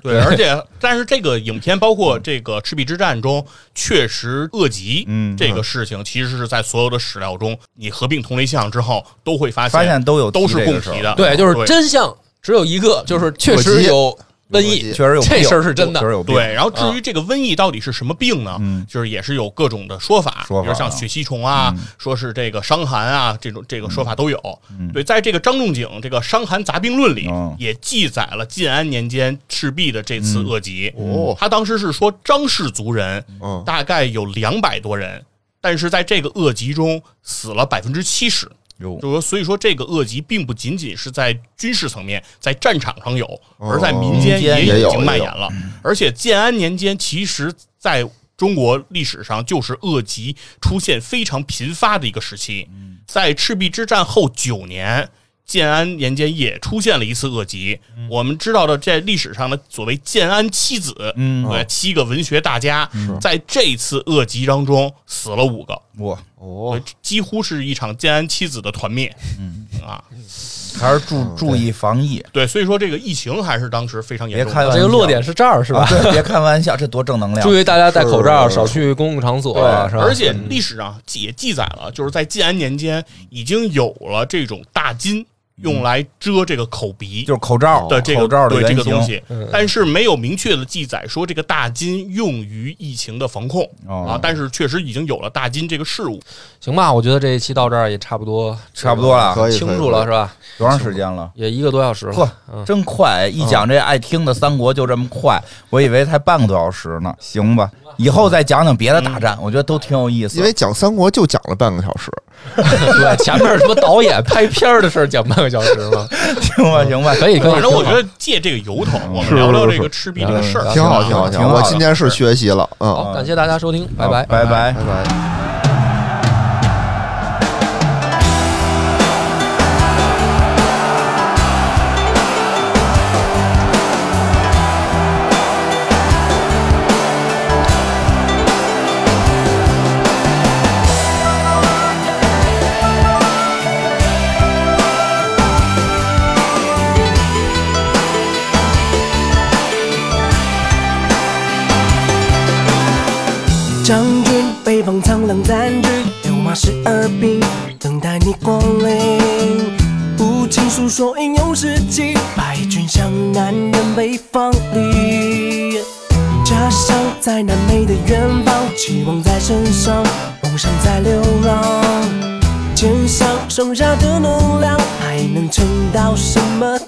[SPEAKER 3] 对，而且但是这个影片包括这个赤壁之战中，确实恶疾，
[SPEAKER 1] 嗯
[SPEAKER 3] 这个事情其实是在所有的史料中，你合并同类项之后，都会发现
[SPEAKER 1] 发现都有提
[SPEAKER 3] 都是
[SPEAKER 1] 这
[SPEAKER 3] 共
[SPEAKER 1] 个事儿
[SPEAKER 3] 提的，
[SPEAKER 2] 对，就是真相只有一个，就是确
[SPEAKER 4] 火
[SPEAKER 2] 实
[SPEAKER 4] 鸡
[SPEAKER 2] 有瘟
[SPEAKER 4] 火
[SPEAKER 2] 疫
[SPEAKER 4] 鸡，
[SPEAKER 1] 确实有病
[SPEAKER 2] 这事儿是真的
[SPEAKER 1] 确实有病。
[SPEAKER 3] 对，然后至于这个瘟疫到底是什么病呢？
[SPEAKER 1] 嗯
[SPEAKER 3] 就是也是有各种的说法，
[SPEAKER 1] 说法
[SPEAKER 3] 比如像血吸虫啊，说是这个伤寒啊，这种这个说法都有。对，在这个张仲景这个《伤寒杂病论》里，
[SPEAKER 1] 嗯
[SPEAKER 3] 也记载了晋安年间赤壁的这次恶疾。
[SPEAKER 4] 哦
[SPEAKER 3] 他当时是说张氏族人，
[SPEAKER 4] 嗯
[SPEAKER 3] 大概有两百多人。但是在这个恶疾中死了百分之七十，
[SPEAKER 1] 哟，
[SPEAKER 3] 就是说，所以说这个恶疾并不仅仅是在军事层面，在战场上有，而在民间
[SPEAKER 1] 民间
[SPEAKER 4] 也
[SPEAKER 3] 也已
[SPEAKER 4] 有
[SPEAKER 3] 经蔓延了。而且建安年间，其实在中国历史上就是恶疾出现非常频发的一个时期。在赤壁之战后九年，建安年间也出现了一次恶疾。我们知道的，在历史上的所谓建安七子，
[SPEAKER 1] 嗯
[SPEAKER 3] 对，七个文学大家，在这次恶疾当中死了五个。
[SPEAKER 1] 我
[SPEAKER 4] 哦，
[SPEAKER 3] 几乎是一场建安七子的团灭，嗯啊，
[SPEAKER 1] 还是注注意防疫，
[SPEAKER 3] 嗯对，所以说这个疫情还是当时非常严
[SPEAKER 1] 别
[SPEAKER 3] 重
[SPEAKER 1] 开
[SPEAKER 3] 的。
[SPEAKER 1] 玩笑。
[SPEAKER 2] 这个落点是这儿，是
[SPEAKER 1] 啊，
[SPEAKER 2] 吧？
[SPEAKER 1] 对，别开玩笑，这多正能量。
[SPEAKER 2] 注意大家戴口罩，
[SPEAKER 4] 是
[SPEAKER 2] 少去公共场所，啊是吧？
[SPEAKER 3] 而且
[SPEAKER 1] 嗯
[SPEAKER 3] 历史上也记载了，就是在建安年间已经有了这种大巾用来遮这个口鼻
[SPEAKER 1] 就是口罩
[SPEAKER 3] 的这个
[SPEAKER 1] 口罩的
[SPEAKER 3] 对这
[SPEAKER 1] 原
[SPEAKER 3] 个
[SPEAKER 1] 型嗯
[SPEAKER 3] 东西，
[SPEAKER 2] 嗯
[SPEAKER 3] 但是没有明确的记载说这个大巾用于疫情的防控
[SPEAKER 1] 哦
[SPEAKER 3] 啊，但是确实已经有了大巾这个事物。
[SPEAKER 2] 行吧，我觉得这一期到这儿也差不多，
[SPEAKER 1] 差不多了
[SPEAKER 4] 可以
[SPEAKER 2] 清楚了，是吧？
[SPEAKER 1] 多长时间了？
[SPEAKER 2] 也一个多小时了
[SPEAKER 1] 呵。，真快！一讲这爱听的三国就这么快，我以为才半个多小时呢。行吧，以后再讲讲别的大战，我觉得都挺有意思。
[SPEAKER 4] 因为讲三国就讲了半个小时，
[SPEAKER 2] 对，前面什么导演拍片儿的事儿讲半个小时了，
[SPEAKER 1] 行吧，行 吧，
[SPEAKER 2] 可以可以。
[SPEAKER 3] 反正我觉
[SPEAKER 2] 挺好
[SPEAKER 3] 得借这个由头，我们聊聊这个赤壁这个事儿，
[SPEAKER 4] 挺好，挺好，
[SPEAKER 1] 挺
[SPEAKER 4] 挺好。
[SPEAKER 1] 好
[SPEAKER 4] 我
[SPEAKER 1] 的
[SPEAKER 4] 今天是学习了，嗯，
[SPEAKER 2] 好，感谢大家收听，拜拜。
[SPEAKER 1] 拜拜。
[SPEAKER 4] 拜拜。
[SPEAKER 5] 将军，北方苍狼占据六马十二兵，等待你光临。无情诉说英勇事迹，败军向南人北方里。家乡在南美的远方，期望在身上，梦想在流浪。肩上剩下的能量，还能撑到什么